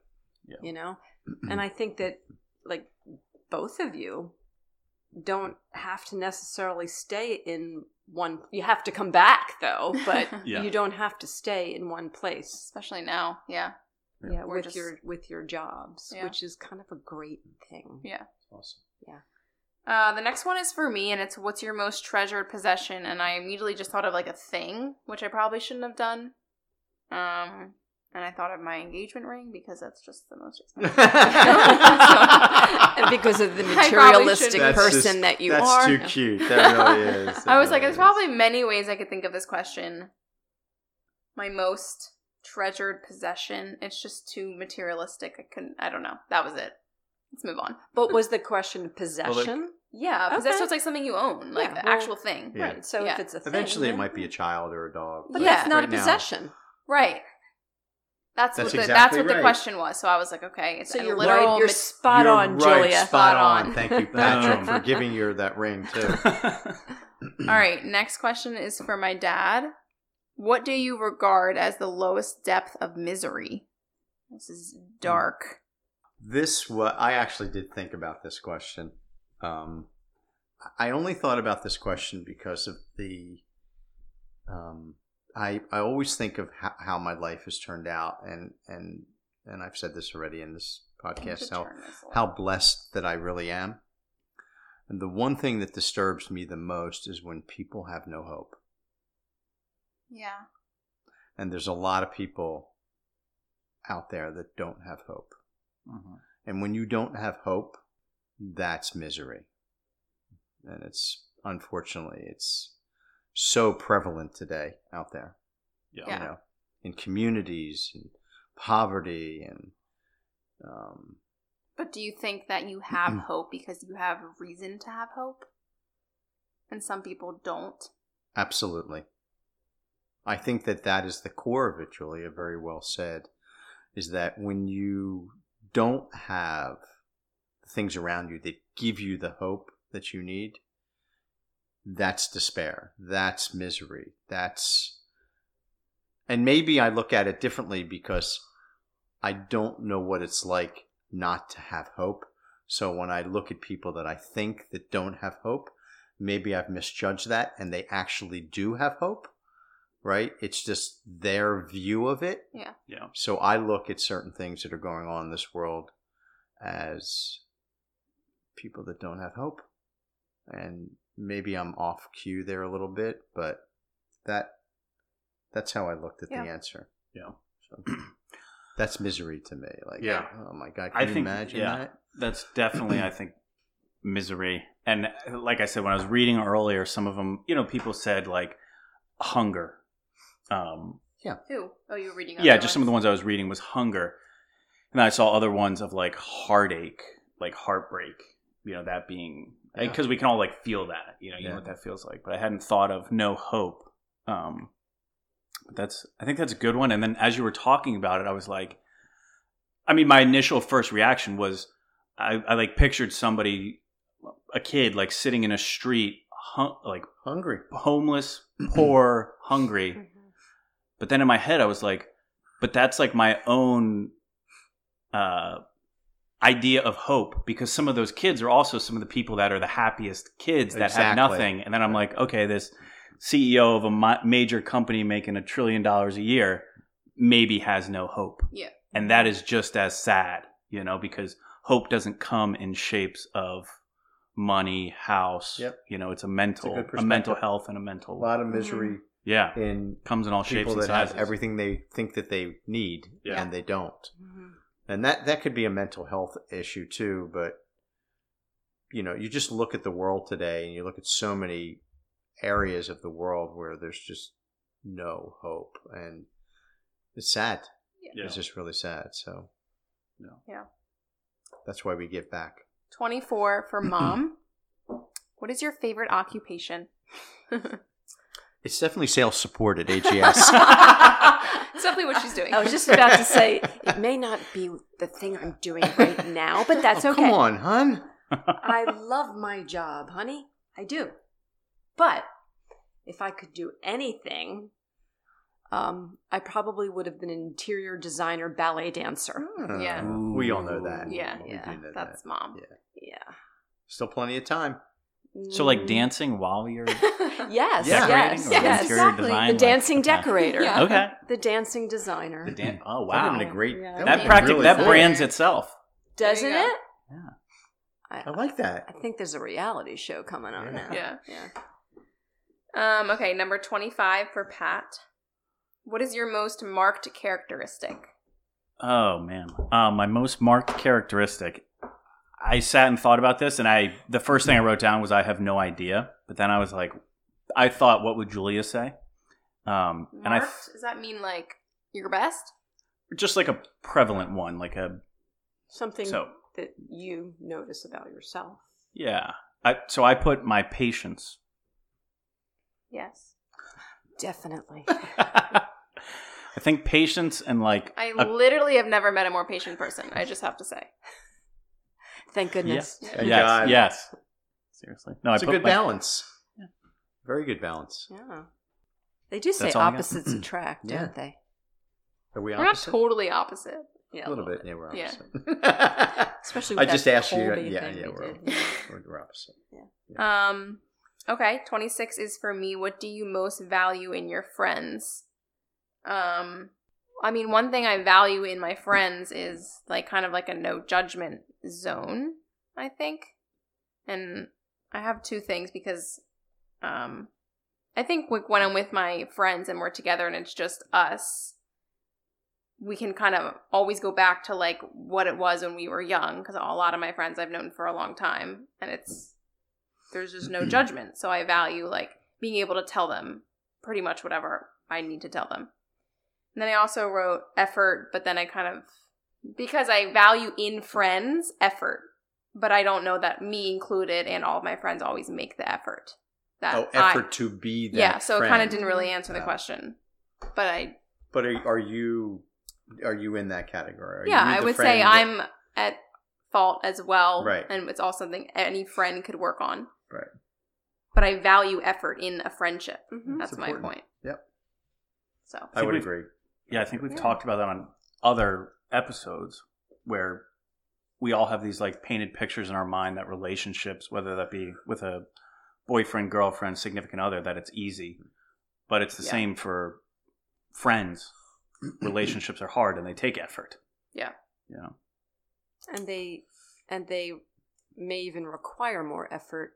Speaker 1: Yeah.
Speaker 4: You know, and
Speaker 3: Mm.
Speaker 4: I think that like both of you don't have to necessarily stay in one. You have to come back though, but
Speaker 1: Yeah.
Speaker 4: you don't have to stay in one place.
Speaker 2: Especially now. Yeah.
Speaker 1: Yeah.
Speaker 4: Yeah,
Speaker 2: Or
Speaker 4: with
Speaker 2: just-
Speaker 4: your with your jobs,
Speaker 2: Yeah.
Speaker 4: which is kind of a great thing.
Speaker 2: Yeah.
Speaker 3: awesome
Speaker 2: Uh, the next one is for me, and it's what's your most treasured possession? And I immediately just thought of like a thing, which I probably shouldn't have done. Um, and I thought of my engagement ring because that's just the most expensive.
Speaker 4: and because of the
Speaker 2: I probably
Speaker 4: materialistic
Speaker 2: shouldn't.
Speaker 3: That's
Speaker 4: person
Speaker 3: just-
Speaker 4: that you
Speaker 3: that's
Speaker 4: are,
Speaker 3: too cute that really is
Speaker 2: I was like,
Speaker 3: That really
Speaker 2: there's probably many ways I could think of this question. My most treasured possession. It's just too materialistic. I couldn't. I don't know. That was it. Let's move on.
Speaker 4: But was the question possession?
Speaker 2: Yeah, because that's
Speaker 4: Okay.
Speaker 2: just like something you own, like the
Speaker 4: Yeah, well-
Speaker 2: actual thing.
Speaker 3: Yeah.
Speaker 4: Right. So
Speaker 2: Yeah.
Speaker 4: if it's a thing,
Speaker 3: eventually it
Speaker 4: then-
Speaker 3: might be a child or a dog
Speaker 4: But
Speaker 2: Yeah.
Speaker 4: that's not
Speaker 3: right
Speaker 4: a
Speaker 3: now-
Speaker 4: possession.
Speaker 2: Right. That's,
Speaker 3: That's
Speaker 2: what the, that's
Speaker 3: exactly
Speaker 2: what the
Speaker 3: right.
Speaker 2: question was. So I was like, okay, it's
Speaker 4: So
Speaker 2: a
Speaker 4: you're
Speaker 2: literal.
Speaker 4: right. You're
Speaker 2: mat-
Speaker 4: spot
Speaker 3: You're
Speaker 4: on,
Speaker 3: right,
Speaker 4: Julia.
Speaker 3: spot
Speaker 2: Spot
Speaker 3: on.
Speaker 2: on.
Speaker 3: thank you patrick
Speaker 1: Boom.
Speaker 3: for giving you that ring too
Speaker 2: All right, next question is for my dad. What do you regard as the lowest depth of misery? This is
Speaker 3: Hmm.
Speaker 2: dark.
Speaker 3: this what i actually did think about this question um i only thought about this question because of the um i i always think of how, how my life has turned out and and and i've said this already in this podcast how how blessed that i really am and the one thing that disturbs me the most is when people have no hope
Speaker 2: Yeah.
Speaker 3: and there's a lot of people out there that don't have hope
Speaker 1: Mhm.
Speaker 3: And when you don't have hope, that's misery. And it's unfortunately it's so prevalent today out there.
Speaker 2: Yeah.
Speaker 3: You know, in communities and poverty and um,
Speaker 2: But do you think that you have hope because you have reason to have hope? And some people don't.
Speaker 3: absolutely. I think that that is the core of it, Julia. Very well said. Is that when you don't have things around you that give you the hope that you need, that's despair. That's misery. That's and maybe I look at it differently because I don't know what it's like not to have hope. So when I look at people that I think that don't have hope, maybe I've misjudged that and they actually do have hope, right? It's just their view of it.
Speaker 2: Yeah.
Speaker 1: Yeah.
Speaker 3: So I look at certain things that are going on in this world as people that don't have hope. And maybe I'm off cue there a little bit, but that that's how I looked at
Speaker 4: Yeah.
Speaker 3: the answer.
Speaker 1: Yeah.
Speaker 3: So that's misery to me. Like,
Speaker 1: Yeah.
Speaker 3: oh my God, can
Speaker 1: I
Speaker 3: you
Speaker 1: think-
Speaker 3: imagine
Speaker 1: yeah.
Speaker 3: that?
Speaker 1: That's definitely, I think, misery. And uh, like I said, when I was reading earlier, some of them, you know, people said like hunger. Um,
Speaker 2: Who? Oh, you were reading.
Speaker 1: yeah, just some of the ones I was reading was hunger, and I saw other ones of like heartache, like heartbreak. You know, that being
Speaker 3: Yeah.
Speaker 1: because we can all like feel that. You know, you
Speaker 3: Yeah.
Speaker 1: know what that feels like. But I hadn't thought of no hope. Um, but that's I think that's a good one. And then as you were talking about it, I was like, I mean, my initial first reaction was I, I like pictured somebody, a kid, like sitting in a street, hun- like
Speaker 3: Hungry.
Speaker 1: homeless, poor, hungry.
Speaker 4: Mhm.
Speaker 1: But then in my head, I was like, but that's like my own uh, idea of hope because some of those kids are also some of the people that are the happiest kids that have
Speaker 3: Exactly.
Speaker 1: nothing. And then I'm like, okay, this CEO of a mi- major company making a trillion dollars a year maybe has no hope.
Speaker 2: Yeah.
Speaker 1: And that is just as sad, you know, because hope doesn't come in shapes of money, house,
Speaker 3: Yep.
Speaker 1: you know, it's a mental,
Speaker 3: good
Speaker 1: a, mental
Speaker 3: perspective.
Speaker 1: health and a
Speaker 3: A
Speaker 1: mental,
Speaker 3: lot of misery
Speaker 1: yeah,
Speaker 3: in
Speaker 1: comes in all shapes
Speaker 3: people
Speaker 1: and
Speaker 3: that have
Speaker 1: sizes.
Speaker 3: everything they think that they need
Speaker 1: Yeah.
Speaker 3: and they don't.
Speaker 4: Mhm.
Speaker 3: and that that could be a mental health issue too but you know you just look at the world today and you look at so many areas of the world where there's just no hope and it's sad
Speaker 1: Yeah.
Speaker 3: it's just really sad so
Speaker 1: Yeah.
Speaker 2: Yeah.
Speaker 3: that's why we give back
Speaker 2: Twenty-four for mom. what is your favorite occupation? it's
Speaker 3: it's definitely sales support at ags
Speaker 2: definitely what she's doing.
Speaker 4: I was just about to say it may not be the thing I'm doing right now, but that's
Speaker 3: Oh,
Speaker 4: okay.
Speaker 3: come on hun
Speaker 4: I love my job, honey. I do. But if I could do anything, um, I probably would have been an interior designer, ballet dancer.
Speaker 2: Yeah.
Speaker 3: we all know that
Speaker 2: Yeah,
Speaker 3: we
Speaker 4: yeah,
Speaker 3: do know
Speaker 2: That's
Speaker 3: that
Speaker 2: mom. Mm.
Speaker 4: Yeah.
Speaker 3: still plenty of time
Speaker 1: So like dancing while you're
Speaker 4: Yes.
Speaker 3: Yeah.
Speaker 1: decorating
Speaker 4: Yes.
Speaker 1: or interior
Speaker 4: Yes.
Speaker 2: exactly.
Speaker 1: design,
Speaker 4: The
Speaker 1: like-
Speaker 4: dancing
Speaker 1: okay.
Speaker 4: decorator.
Speaker 2: Yeah.
Speaker 1: Okay.
Speaker 4: The dancing designer.
Speaker 1: The dan- oh
Speaker 3: that would
Speaker 1: wow.
Speaker 3: have been a great
Speaker 4: Yeah.
Speaker 3: that,
Speaker 1: That
Speaker 3: would've been
Speaker 1: practic
Speaker 3: really
Speaker 1: that
Speaker 3: good.
Speaker 1: brands itself.
Speaker 4: Doesn't
Speaker 2: There you go.
Speaker 4: it?
Speaker 1: Yeah.
Speaker 4: I,
Speaker 3: i like that
Speaker 4: I think there's a reality show coming on
Speaker 3: Yeah.
Speaker 4: now.
Speaker 2: Yeah.
Speaker 4: Yeah.
Speaker 2: Um, okay, number 25 for Pat. What is your most marked characteristic?
Speaker 1: Oh man. Um, my most marked characteristic. I sat and thought about this, and I the first thing I wrote down was I have no idea. But then I was like, I thought, what would Julia say? Um,
Speaker 2: Marked?
Speaker 1: and I
Speaker 2: Does that mean like your best?
Speaker 1: just like a prevalent one, like a
Speaker 4: Something
Speaker 1: so
Speaker 4: that you notice about yourself.
Speaker 1: yeah. I, so I put my patience
Speaker 2: Yes.
Speaker 4: Definitely.
Speaker 1: I think patience and like
Speaker 2: I
Speaker 1: a-
Speaker 2: literally have never met a more patient person. I just have to say.
Speaker 4: Thank goodness.
Speaker 2: Yeah.
Speaker 3: Thank
Speaker 1: yes,
Speaker 3: God.
Speaker 1: yes. Seriously, no.
Speaker 3: it's
Speaker 1: I
Speaker 3: a
Speaker 1: put
Speaker 3: good
Speaker 1: my-
Speaker 3: balance very good balance
Speaker 4: Yeah. They do say
Speaker 1: That's all I got.
Speaker 4: opposites attract,
Speaker 3: Mm-hmm. Yeah.
Speaker 4: don't they?
Speaker 3: Are we
Speaker 2: We're not
Speaker 3: opposite?
Speaker 2: totally opposite.
Speaker 4: Yeah.
Speaker 3: A little bit. Yeah, we're
Speaker 2: Yeah.
Speaker 3: opposite.
Speaker 4: Especially
Speaker 3: I
Speaker 4: with
Speaker 3: just
Speaker 4: that
Speaker 3: asked you. uh,
Speaker 4: Colby
Speaker 3: Yeah,
Speaker 4: thing
Speaker 3: yeah,
Speaker 4: we
Speaker 3: we're,
Speaker 4: did.
Speaker 3: we're, we're opposite.
Speaker 2: Um okay, 26 is for me. What do you most value in your friends? Um I mean, one thing I value in my friends is like kind of like a no judgment zone, I think. And I have two things because um I think like when I'm with my friends and we're together and it's just us, we can kind of always go back to like what it was when we were young because a lot of my friends I've known for a long time and it's there's just no judgment. So I value like being able to tell them pretty much whatever I need to tell them. And then I also wrote effort, but then I kind of because I value in friends effort, but I don't know that me included and all of my friends always make the effort. That
Speaker 3: Oh,
Speaker 2: Uh, I-
Speaker 3: effort to be that.
Speaker 2: yeah, so it kind of
Speaker 3: friend.
Speaker 2: didn't really answer the
Speaker 3: Uh,
Speaker 2: question, but I
Speaker 3: But are, are you are you in that category? Are
Speaker 2: yeah,
Speaker 3: you
Speaker 2: I
Speaker 3: the
Speaker 2: would
Speaker 3: friend
Speaker 2: say
Speaker 3: that-
Speaker 2: I'm at fault as well,
Speaker 3: Right.
Speaker 2: And it's all something any friend could work on,
Speaker 3: Right.
Speaker 2: But I value effort in a friendship.
Speaker 4: Mhm.
Speaker 2: That's
Speaker 3: It's
Speaker 2: my
Speaker 3: important.
Speaker 2: point.
Speaker 3: Yep.
Speaker 2: So
Speaker 3: I would
Speaker 1: we've-
Speaker 3: agree.
Speaker 1: Yeah, I think we've
Speaker 4: Yeah.
Speaker 1: talked about that on other episodes where we all have these like painted pictures in our mind that relationships, whether that be with a boyfriend, girlfriend, significant other, that it's easy. But it's the
Speaker 4: Yeah.
Speaker 1: same for friends. Relationships are hard and they take effort.
Speaker 2: Yeah.
Speaker 1: You know.
Speaker 4: and they and they may even require more effort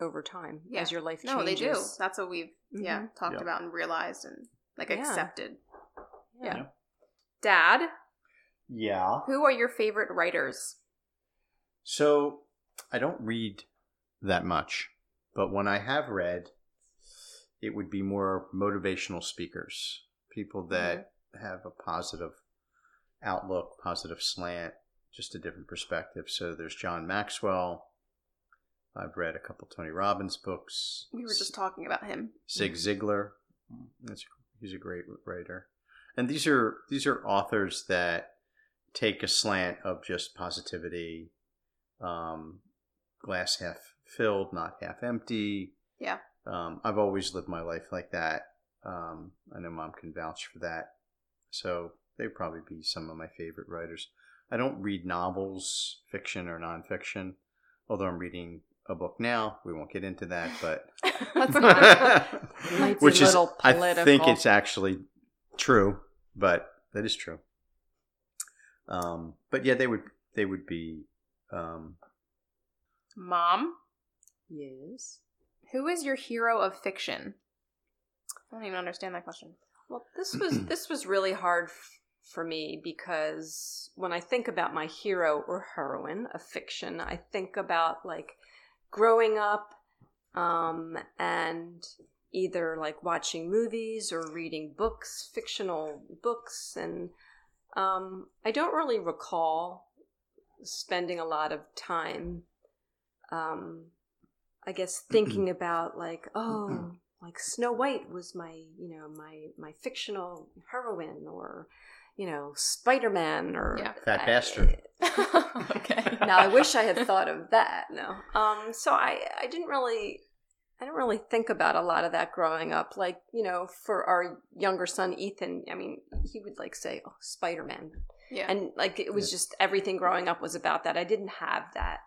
Speaker 4: over time
Speaker 2: Yeah.
Speaker 4: as your life
Speaker 2: no,
Speaker 4: changes. Mm-hmm.
Speaker 2: they do. That's what we've yeah talked
Speaker 1: Yeah.
Speaker 2: about and realized and like
Speaker 4: Yeah.
Speaker 2: accepted.
Speaker 4: Yeah.
Speaker 1: Yeah.
Speaker 2: Dad,
Speaker 3: Yeah.
Speaker 2: who are your favorite writers?
Speaker 3: So I don't read that much, but when I have read, it would be more motivational speakers, people that
Speaker 2: Mm-hmm.
Speaker 3: have a positive outlook, positive slant, just a different perspective. So there's John Maxwell. I've read a couple Tony Robbins books.
Speaker 2: We were just talking about him.
Speaker 3: Zig Ziglar. Mm, That's, he's a great writer, and these are these are authors that take a slant of just positivity, um, glass half filled, not half empty.
Speaker 2: Yeah.
Speaker 3: um, I've always lived my life like that. Um, I know Mom can vouch for that. So they'd probably be some of my favorite writers. I don't read novels, fiction or nonfiction, although I'm reading a book now. We won't get into that, but
Speaker 2: That's
Speaker 4: Might be
Speaker 3: which
Speaker 4: a
Speaker 3: is
Speaker 4: little
Speaker 3: I think
Speaker 4: political.
Speaker 3: it's actually true, but that is true. Um, but yeah, they would they would be um,
Speaker 2: Mom,
Speaker 4: Yes.
Speaker 2: who is your hero of fiction? I don't even understand that question.
Speaker 4: Well, this was this was really hard f- for me because when I think about my hero or heroine of fiction, I think about like growing up um, and either like watching movies or reading books, fictional books, and um, I don't really recall spending a lot of time. Um, I guess thinking about like,
Speaker 3: Mm-hmm.
Speaker 4: oh, like Snow White was my, you know, my my fictional heroine, or you know, Spider Man, or
Speaker 2: Yeah.
Speaker 3: fat bastard.
Speaker 2: okay.
Speaker 4: now I wish I had thought of that. No. Um so I I didn't really I didn't really think about a lot of that growing up. Like, you know, for our younger son Ethan, I mean, he would like say, "Oh, Spider-Man."
Speaker 2: Yeah.
Speaker 4: And like it was just everything growing up was about that. I didn't have that.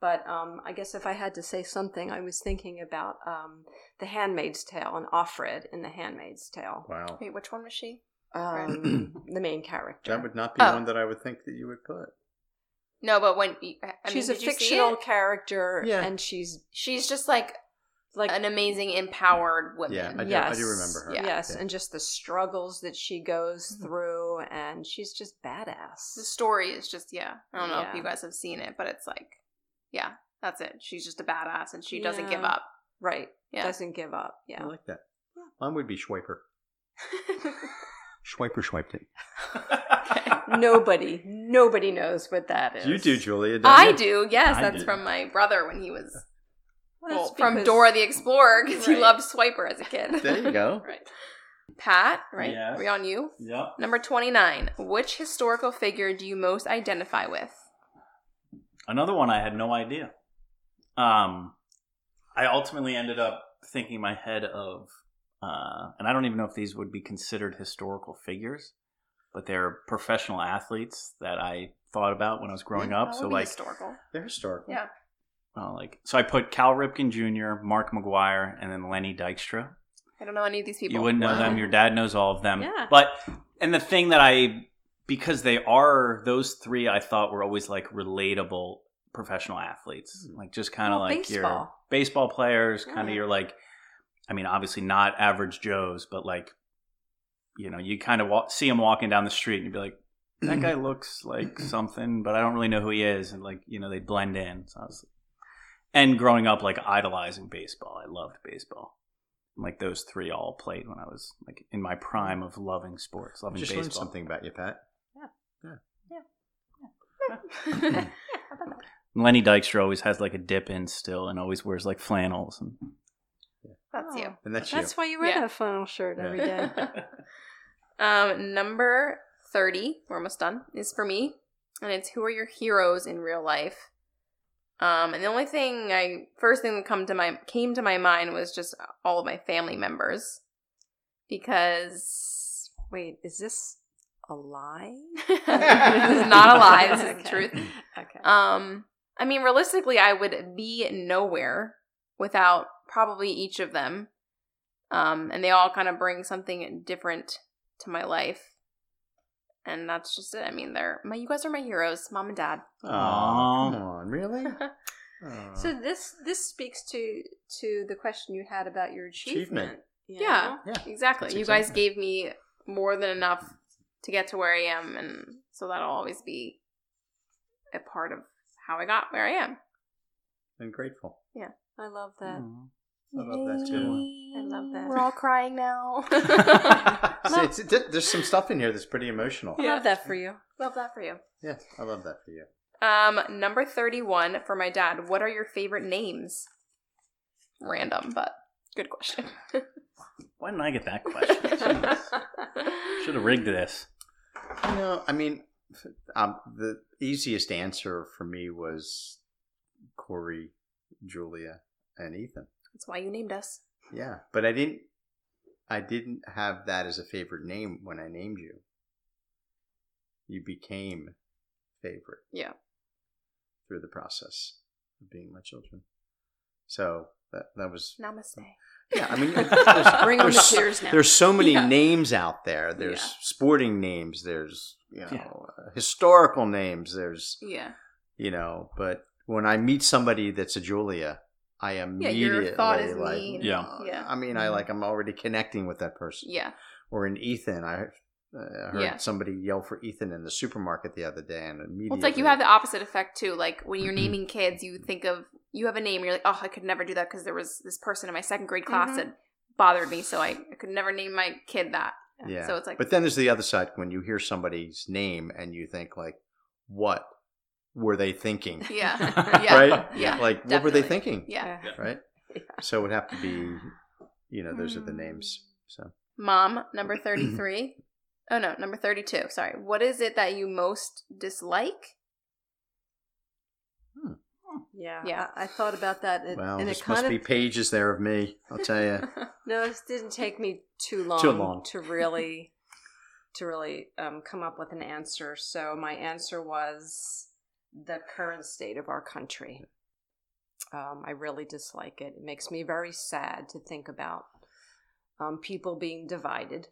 Speaker 4: But um I guess if I had to say something, I was thinking about um The Handmaid's Tale and Offred in The Handmaid's Tale.
Speaker 3: Wow,
Speaker 2: Wait, which one was she?
Speaker 4: Um the main character.
Speaker 3: that would not be
Speaker 2: Oh.
Speaker 3: one that I would think that you would put.
Speaker 2: No, but when I
Speaker 4: she's
Speaker 2: mean,
Speaker 4: a
Speaker 2: did you see
Speaker 4: fictional
Speaker 2: it?
Speaker 4: character
Speaker 3: Yeah.
Speaker 4: and she's
Speaker 2: She's just like
Speaker 4: like
Speaker 2: an amazing, empowered woman.
Speaker 3: Yeah, I do, I do remember her.
Speaker 2: Yeah.
Speaker 4: Yes,
Speaker 3: Yeah. Hmm.
Speaker 4: and just the struggles that she goes through, and she's just badass.
Speaker 2: the story is just yeah. I don't know if
Speaker 4: Yeah.
Speaker 2: you guys have seen it, but it's like yeah, that's it. She's just a badass and she doesn't give
Speaker 4: Yeah.
Speaker 2: up.
Speaker 4: right,
Speaker 2: Yeah.
Speaker 4: doesn't give up.
Speaker 3: I
Speaker 2: Oh.
Speaker 4: Yeah,
Speaker 3: like that. Mine would be Schwiper. Schwiper swiped it.
Speaker 4: nobody, nobody knows what that is.
Speaker 3: You do, Julia. Don't
Speaker 2: I
Speaker 3: you?
Speaker 2: do. Yes,
Speaker 1: I
Speaker 2: that's
Speaker 1: do.
Speaker 2: from my brother when he was
Speaker 4: Well,
Speaker 2: well,
Speaker 4: that's
Speaker 2: from
Speaker 4: because-
Speaker 2: Dora the Explorer because he
Speaker 4: Right.
Speaker 2: loved Swiper as a kid.
Speaker 3: There you go.
Speaker 2: right. Pat, right?
Speaker 1: Yes.
Speaker 2: Are we on you?
Speaker 1: yep.
Speaker 2: Number 29. Which historical figure do you most identify with?
Speaker 1: another one I had no idea. Um, I ultimately ended up thinking in my head of, uh, and I don't even know if these would be considered historical figures, but they're professional athletes that I thought about when I was growing
Speaker 3: Yeah,
Speaker 1: up.
Speaker 2: That
Speaker 1: So
Speaker 2: would be
Speaker 1: like,
Speaker 2: historical.
Speaker 3: They're historical.
Speaker 2: Yeah.
Speaker 1: uh, like, so I put Cal Ripken Jr., Mark McGuire, and then Lenny Dykstra.
Speaker 2: I don't know any of these people.
Speaker 1: You wouldn't know
Speaker 3: Wow.
Speaker 1: them. Your dad knows all of them.
Speaker 4: Yeah.
Speaker 1: But and the thing that I because they are those three, I thought were always like relatable professional athletes, like just kind of
Speaker 4: Well,
Speaker 1: like your
Speaker 4: baseball.
Speaker 1: baseball players, kind
Speaker 4: Yeah.
Speaker 1: of your like. I mean, obviously not average Joes, but like, you know, you kind of walk, see him walking down the street and you'd be like, that guy looks like something, but I don't really know who he is. And like, you know, they blend in. So I was, and growing up, like idolizing baseball, I loved baseball. And, like those three all played when I was like in my prime of loving sports,
Speaker 3: I
Speaker 1: loving
Speaker 3: just learned
Speaker 1: baseball.
Speaker 3: something about you, Pat.
Speaker 1: Lenny Dykstra always has like a dip in still, and always wears like flannels. And
Speaker 2: That's you.
Speaker 3: And that's,
Speaker 4: Oh. That's
Speaker 3: you.
Speaker 4: why you wear
Speaker 2: Yeah.
Speaker 4: that flannel shirt
Speaker 3: Yeah.
Speaker 4: every day.
Speaker 2: um, number 30, we're almost done, is for me. And it's who are your heroes in real life? Um, and the only thing I first thing that come to my came to my mind was just all of my family members. Because
Speaker 4: Wait, is this a lie?
Speaker 2: this is not a lie. This is the
Speaker 4: Okay.
Speaker 2: truth.
Speaker 4: Okay.
Speaker 2: Um, I mean, realistically, I would be nowhere without probably each of them. Um, and they all kind of bring something different to my life. And that's just it. I mean, they're my you guys are my heroes, mom and dad.
Speaker 3: Aw, come on, really? Aw.
Speaker 4: so this this speaks to to the question you had about your achievement.
Speaker 3: Achievement.
Speaker 4: you
Speaker 2: Yeah.
Speaker 4: know?
Speaker 3: yeah,
Speaker 2: Exactly.
Speaker 3: That's
Speaker 2: You guys
Speaker 3: exactly.
Speaker 2: gave me more than enough to get to where I am and so that'll always be a part of how I got where I am.
Speaker 3: I'm grateful.
Speaker 4: I love that.
Speaker 3: Mm. I love that too.
Speaker 4: I love that.
Speaker 2: We're all crying now.
Speaker 3: See, it's, it- there's some stuff in here that's pretty emotional.
Speaker 4: I love that for you.
Speaker 2: Love that for you.
Speaker 3: Yeah, I love that for you.
Speaker 2: Um, number thirty-one for my dad. What are your favorite names? Random, but good question.
Speaker 1: Why didn't I get that question? Should have rigged this.
Speaker 3: You know, I mean, f- um, the easiest answer for me was Corey, Julia, and Ethan.
Speaker 2: That's why you named us.
Speaker 3: Yeah, but I didn't. I didn't have that as a favorite name when I named you. You became favorite.
Speaker 2: Yeah.
Speaker 3: Through the process of being my children, so that that was
Speaker 2: Namaste.
Speaker 3: yeah. I mean, there's,
Speaker 4: Bring on the
Speaker 3: there's-
Speaker 4: tears now.
Speaker 3: There's so many
Speaker 2: Yeah.
Speaker 3: names out there. There's
Speaker 2: Yeah.
Speaker 3: sporting names. There's you know
Speaker 1: Yeah.
Speaker 3: uh, historical names. There's
Speaker 2: Yeah,
Speaker 3: you know. But when I meet somebody that's a Julia, I
Speaker 2: your
Speaker 3: immediately
Speaker 2: thought is
Speaker 3: like
Speaker 2: me.
Speaker 1: Yeah.
Speaker 2: Yeah. Mm-hmm.
Speaker 3: I mean, I like I'm already connecting with that person.
Speaker 2: yeah.
Speaker 3: Or in Ethan, I uh, heard
Speaker 2: Yeah.
Speaker 3: somebody yell for Ethan in the supermarket the other day, and immediately
Speaker 2: Well, it's like you have the opposite effect too. Like when
Speaker 3: Mm-hmm.
Speaker 2: you're naming kids, you think of you have a name. And you're like, oh, I could never do that because there was this person in my second grade class
Speaker 3: Mm-hmm.
Speaker 4: Mhm.
Speaker 2: that bothered me, so I, I could never name my kid that.
Speaker 3: yeah.
Speaker 2: so it's like-
Speaker 3: but then there's the other side when you hear somebody's name and you think like, what were they thinking?
Speaker 2: Yeah,
Speaker 1: Yeah.
Speaker 3: Right?
Speaker 2: Yeah,
Speaker 3: Like what were they
Speaker 2: definitely.
Speaker 3: thinking?
Speaker 2: yeah.
Speaker 3: right? So it would have to be, you know, those are
Speaker 4: Hmm.
Speaker 3: the names. So
Speaker 2: Mom, number 33. oh, no, number 32. Sorry. What is it that you most dislike?
Speaker 4: Yeah.
Speaker 2: Yeah.
Speaker 4: I, I thought about that, and,
Speaker 3: well,
Speaker 4: and
Speaker 3: this
Speaker 4: it
Speaker 3: must
Speaker 4: kind
Speaker 3: be
Speaker 4: of
Speaker 3: pages there of me. I'll tell you.
Speaker 4: no. It didn't take me too long.
Speaker 3: Too long.
Speaker 4: to really to really um, come up with an answer. So my answer was the current state of our country. Um, I really dislike it. It makes me very sad to think about um, people being divided.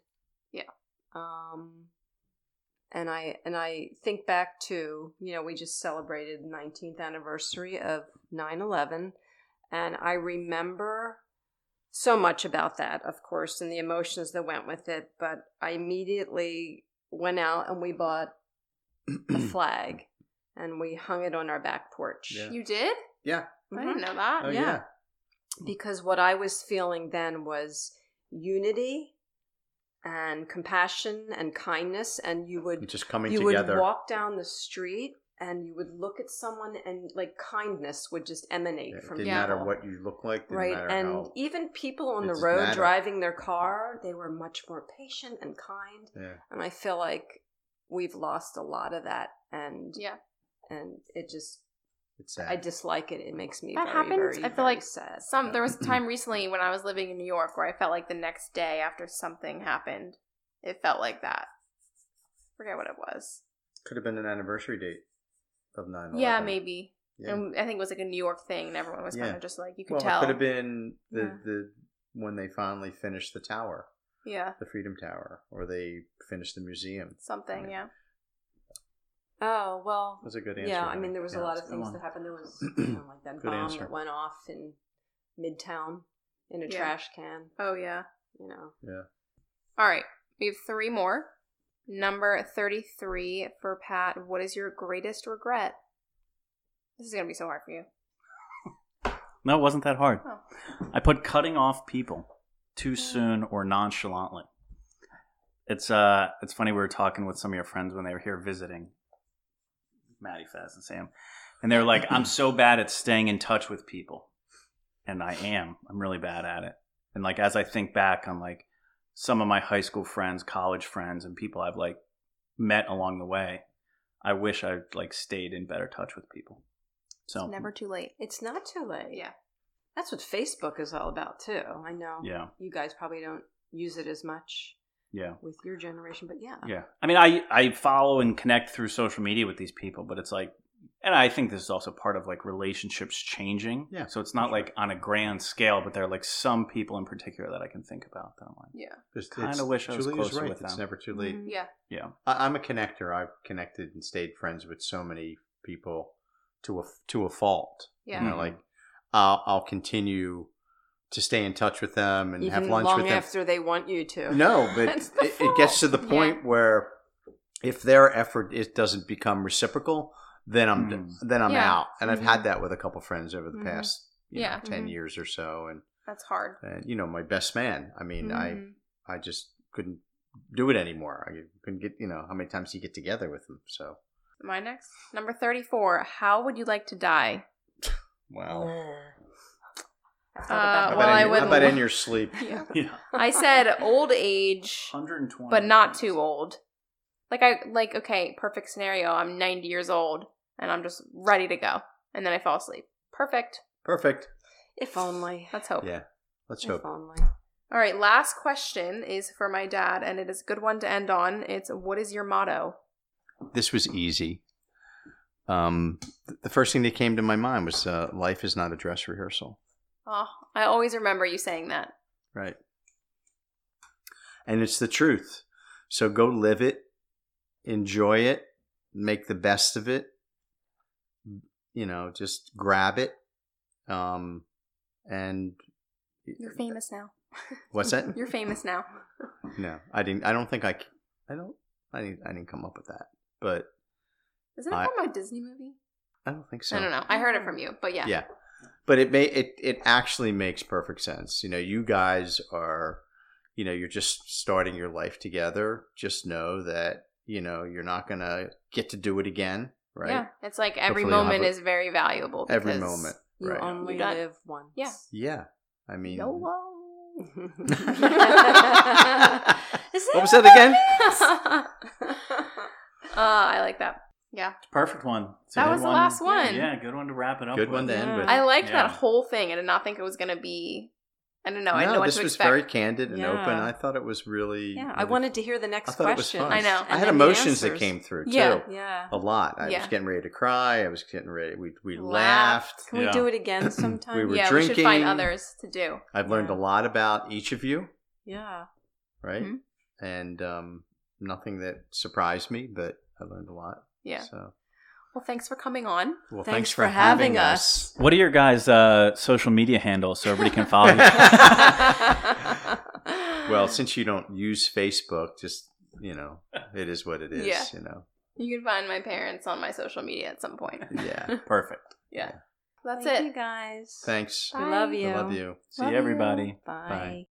Speaker 2: Yeah.
Speaker 4: Um, and I and I think back to you know we just celebrated the 19th anniversary of 9/11, and I remember so much about that, of course, and the emotions that went with it. But I immediately went out and we bought a flag and we hung it on our back porch.
Speaker 3: Yeah.
Speaker 2: You did?
Speaker 3: Yeah.
Speaker 2: I didn't know that.
Speaker 3: Oh
Speaker 4: Yeah.
Speaker 3: yeah.
Speaker 4: Because what I was feeling then was unity and compassion and kindness. And you would
Speaker 3: Just coming
Speaker 4: you
Speaker 3: together.
Speaker 4: would walk down the street and you would look at someone and like kindness would just emanate
Speaker 3: Yeah, it
Speaker 4: from
Speaker 3: didn't
Speaker 2: Yeah.
Speaker 3: matter
Speaker 4: people.
Speaker 3: what you look like. Didn't
Speaker 4: right
Speaker 3: matter
Speaker 4: and e
Speaker 3: how-
Speaker 4: even people on
Speaker 3: it
Speaker 4: the
Speaker 3: just
Speaker 4: road
Speaker 3: mattered.
Speaker 4: driving their car they were much more patient and kind
Speaker 3: yeah.
Speaker 4: and i feel like we've lost a lot of that and
Speaker 2: Yeah.
Speaker 4: and it just
Speaker 3: It's sad.
Speaker 4: i dislike it it makes me
Speaker 2: That
Speaker 4: very,
Speaker 2: happens.
Speaker 4: very,
Speaker 2: I feel
Speaker 4: very
Speaker 2: like
Speaker 4: sad
Speaker 2: Some there was a time recently when I was living in New York where I felt like the next day after something happened, it felt like that. Forget what it was.
Speaker 3: Could have been an anniversary date of 9
Speaker 2: Yeah, maybe.
Speaker 3: Oh, Yeah.
Speaker 2: And I think it was like a New York thing, and everyone was kind
Speaker 3: Yeah.
Speaker 2: of just like you could
Speaker 3: well,
Speaker 2: tell.
Speaker 3: it could have been the,
Speaker 4: Yeah.
Speaker 3: the when they finally finished the tower,
Speaker 2: yeah,
Speaker 3: the Freedom Tower, or they finished the museum.
Speaker 2: something. Yeah.
Speaker 4: oh well
Speaker 3: That was a good answer.
Speaker 4: yeah i
Speaker 3: Anna.
Speaker 4: mean there was a
Speaker 3: Yeah,
Speaker 4: lot
Speaker 3: that's
Speaker 4: of
Speaker 3: a good
Speaker 4: things
Speaker 3: one.
Speaker 4: that happened there was you know, like that
Speaker 3: Good
Speaker 4: bomb
Speaker 3: answer.
Speaker 4: that went off in midtown in a
Speaker 2: Yeah.
Speaker 4: trash can
Speaker 2: Oh yeah.
Speaker 4: you know
Speaker 2: All right, we have three more. Number 33 for Pat. What is your greatest regret? This is going to be so hard for you.
Speaker 1: No, it wasn't that hard.
Speaker 2: Oh. Mm.
Speaker 1: I put cutting off people too soon or nonchalantly. It's uh, it's funny. We were talking with some of your friends when they were here visiting, Maddie, Faz, and Sam, and they were like, "I'm so bad at staying in touch with people," and I am. I'm really bad at it. And like as I think back on like some of my high school friends, college friends, and people I've like met along the way, I wish I'd like stayed in better touch with people. So
Speaker 2: It's never too late.
Speaker 4: it's not too late
Speaker 2: Yeah.
Speaker 4: that's what facebook is all about too i know
Speaker 1: yeah.
Speaker 4: you guys probably don't use it as much
Speaker 5: Yeah.
Speaker 4: with your generation. But yeah,
Speaker 5: Yeah. I mean, I, I follow and connect through social media with these people, but it's like, and I think this is also part of like relationships changing.
Speaker 3: Yeah.
Speaker 5: So it's not like on a grand scale, but there are like some people in particular that I can think about that I'm like,
Speaker 3: Just-
Speaker 5: Kinda
Speaker 3: it's-
Speaker 5: wish I was
Speaker 3: Julia's
Speaker 5: closer
Speaker 3: right.
Speaker 5: with
Speaker 3: It's
Speaker 5: them.
Speaker 3: never too late.
Speaker 2: Mm-hmm.
Speaker 4: Mhm. yeah.
Speaker 3: I, I'm a connector. I've connected and stayed friends with so many people to a to a fault.
Speaker 4: Yeah.
Speaker 3: You know, like I'll I'll continue to stay in touch with them and
Speaker 4: Even
Speaker 3: have lunch
Speaker 4: long
Speaker 3: with them.
Speaker 4: after they want you to.
Speaker 3: No, but
Speaker 4: That's the
Speaker 3: it, it gets to the
Speaker 4: fault.
Speaker 3: point where if their effort it doesn't become reciprocal, then I'm
Speaker 5: Mm.
Speaker 3: then I'm
Speaker 2: Yeah.
Speaker 3: out. And
Speaker 4: Mhm.
Speaker 3: I've had that with a couple friends over the
Speaker 4: Mhm.
Speaker 3: past you
Speaker 2: Yeah.
Speaker 3: know, 10
Speaker 4: Mhm.
Speaker 3: years or so, and
Speaker 2: That's hard.
Speaker 3: and you know my best man. I mean,
Speaker 4: Mm-hmm.
Speaker 2: Mhm.
Speaker 3: I I just couldn't do it anymore. I couldn't get you know how many times do you get together with him. So
Speaker 2: Am I next? Number 34. How would you like to die?
Speaker 3: wow.
Speaker 4: I thought about
Speaker 2: Uh,
Speaker 4: that.
Speaker 3: How
Speaker 2: well, I
Speaker 3: about, in,
Speaker 2: wouldn't-
Speaker 3: how about in your sleep?
Speaker 4: Yeah.
Speaker 5: yeah.
Speaker 2: I said old age,
Speaker 5: 120.
Speaker 2: but not too old. Like I like okay, perfect scenario. I'm 90 years old and I'm just ready to go and then I fall asleep. Perfect.
Speaker 3: Perfect.
Speaker 4: If only.
Speaker 2: Let's hope.
Speaker 3: Yeah. Let's
Speaker 4: If
Speaker 3: hope.
Speaker 4: only.
Speaker 2: All right, last question is for my dad and it is a good one to end on. It's what is your motto?
Speaker 3: this was easy. Um, th- the first thing that came to my mind was uh, life is not a dress rehearsal,
Speaker 2: Oh, I always remember you saying that.
Speaker 3: right? And it's the truth. So go live it, enjoy it, make the best of it. You know, just grab it. Um, and
Speaker 2: You're famous now.
Speaker 3: what's that?
Speaker 2: You're famous now.
Speaker 3: no, I didn't. I don't think I. c- I don't. I didn't. I didn't come up with that, but
Speaker 2: Isn't it
Speaker 3: I-
Speaker 2: from a Disney movie?
Speaker 3: I don't think so.
Speaker 2: I don't know. I heard it from you, but yeah.
Speaker 3: yeah but it may it it actually makes perfect sense you know you guys are you know you're just starting your life together just know that you know you're not gonna get to do it again right
Speaker 2: Yeah, it's like every
Speaker 3: Hopefully you'll have
Speaker 2: moment
Speaker 3: it-
Speaker 2: is very valuable.
Speaker 3: every
Speaker 2: because
Speaker 3: moment
Speaker 4: You
Speaker 3: right
Speaker 4: only
Speaker 2: You got-
Speaker 4: live once.
Speaker 2: Yeah.
Speaker 3: yeah i mean
Speaker 2: YOLO.
Speaker 3: What was that again?
Speaker 4: again?
Speaker 2: Uh, I like that.
Speaker 5: It's a perfect one. It's a
Speaker 2: That
Speaker 5: good
Speaker 2: was the last one.
Speaker 5: Yeah, good one to wrap it up
Speaker 3: good
Speaker 5: with.
Speaker 3: one to end
Speaker 4: Yeah.
Speaker 3: with
Speaker 2: I liked
Speaker 5: Yeah.
Speaker 2: that whole thing. I did not think it was gonna be. I don't know. I didn't know
Speaker 3: no
Speaker 2: what
Speaker 3: this
Speaker 2: to
Speaker 3: was
Speaker 2: expect.
Speaker 3: very candid and open
Speaker 4: Yeah.
Speaker 3: i thought it was really
Speaker 4: yeah. I wanted to hear the
Speaker 3: i
Speaker 4: next
Speaker 3: thought it was
Speaker 4: question.
Speaker 3: fun
Speaker 2: I know.
Speaker 3: i
Speaker 4: and
Speaker 3: had
Speaker 4: then the
Speaker 3: emotions that
Speaker 4: answers.
Speaker 3: came through
Speaker 2: Yeah.
Speaker 3: too
Speaker 4: Yeah.
Speaker 3: a lot i
Speaker 2: Yeah.
Speaker 3: was getting ready to cry i was getting ready we, we
Speaker 2: Laughed.
Speaker 3: laughed
Speaker 4: Can we
Speaker 5: Yeah.
Speaker 4: do it again sometime?
Speaker 3: We were
Speaker 2: yeah, we should
Speaker 3: drinking.
Speaker 2: find others to do.
Speaker 3: i've learned a
Speaker 4: Yeah.
Speaker 3: lot about each of you
Speaker 4: Yeah.
Speaker 3: right?
Speaker 2: Mhm.
Speaker 3: And um, nothing that surprised me, but I learned a lot.
Speaker 2: Yeah.
Speaker 3: So,
Speaker 2: Well, thanks for coming on.
Speaker 3: well,
Speaker 4: Thanks for having us.
Speaker 5: What are your guys' uh, social media handles so everybody can follow you?
Speaker 3: Well, since you don't use Facebook, just you know, it is what it is.
Speaker 2: Yeah.
Speaker 3: You know.
Speaker 2: You can find my parents on my social media at some point.
Speaker 3: Yeah.
Speaker 5: Perfect.
Speaker 2: That's
Speaker 4: Thank
Speaker 2: it.
Speaker 4: you guys.
Speaker 3: Thanks.
Speaker 2: Bye.
Speaker 4: We love
Speaker 3: I
Speaker 4: you.
Speaker 3: love you.
Speaker 5: See everybody.
Speaker 4: Bye.
Speaker 3: Bye.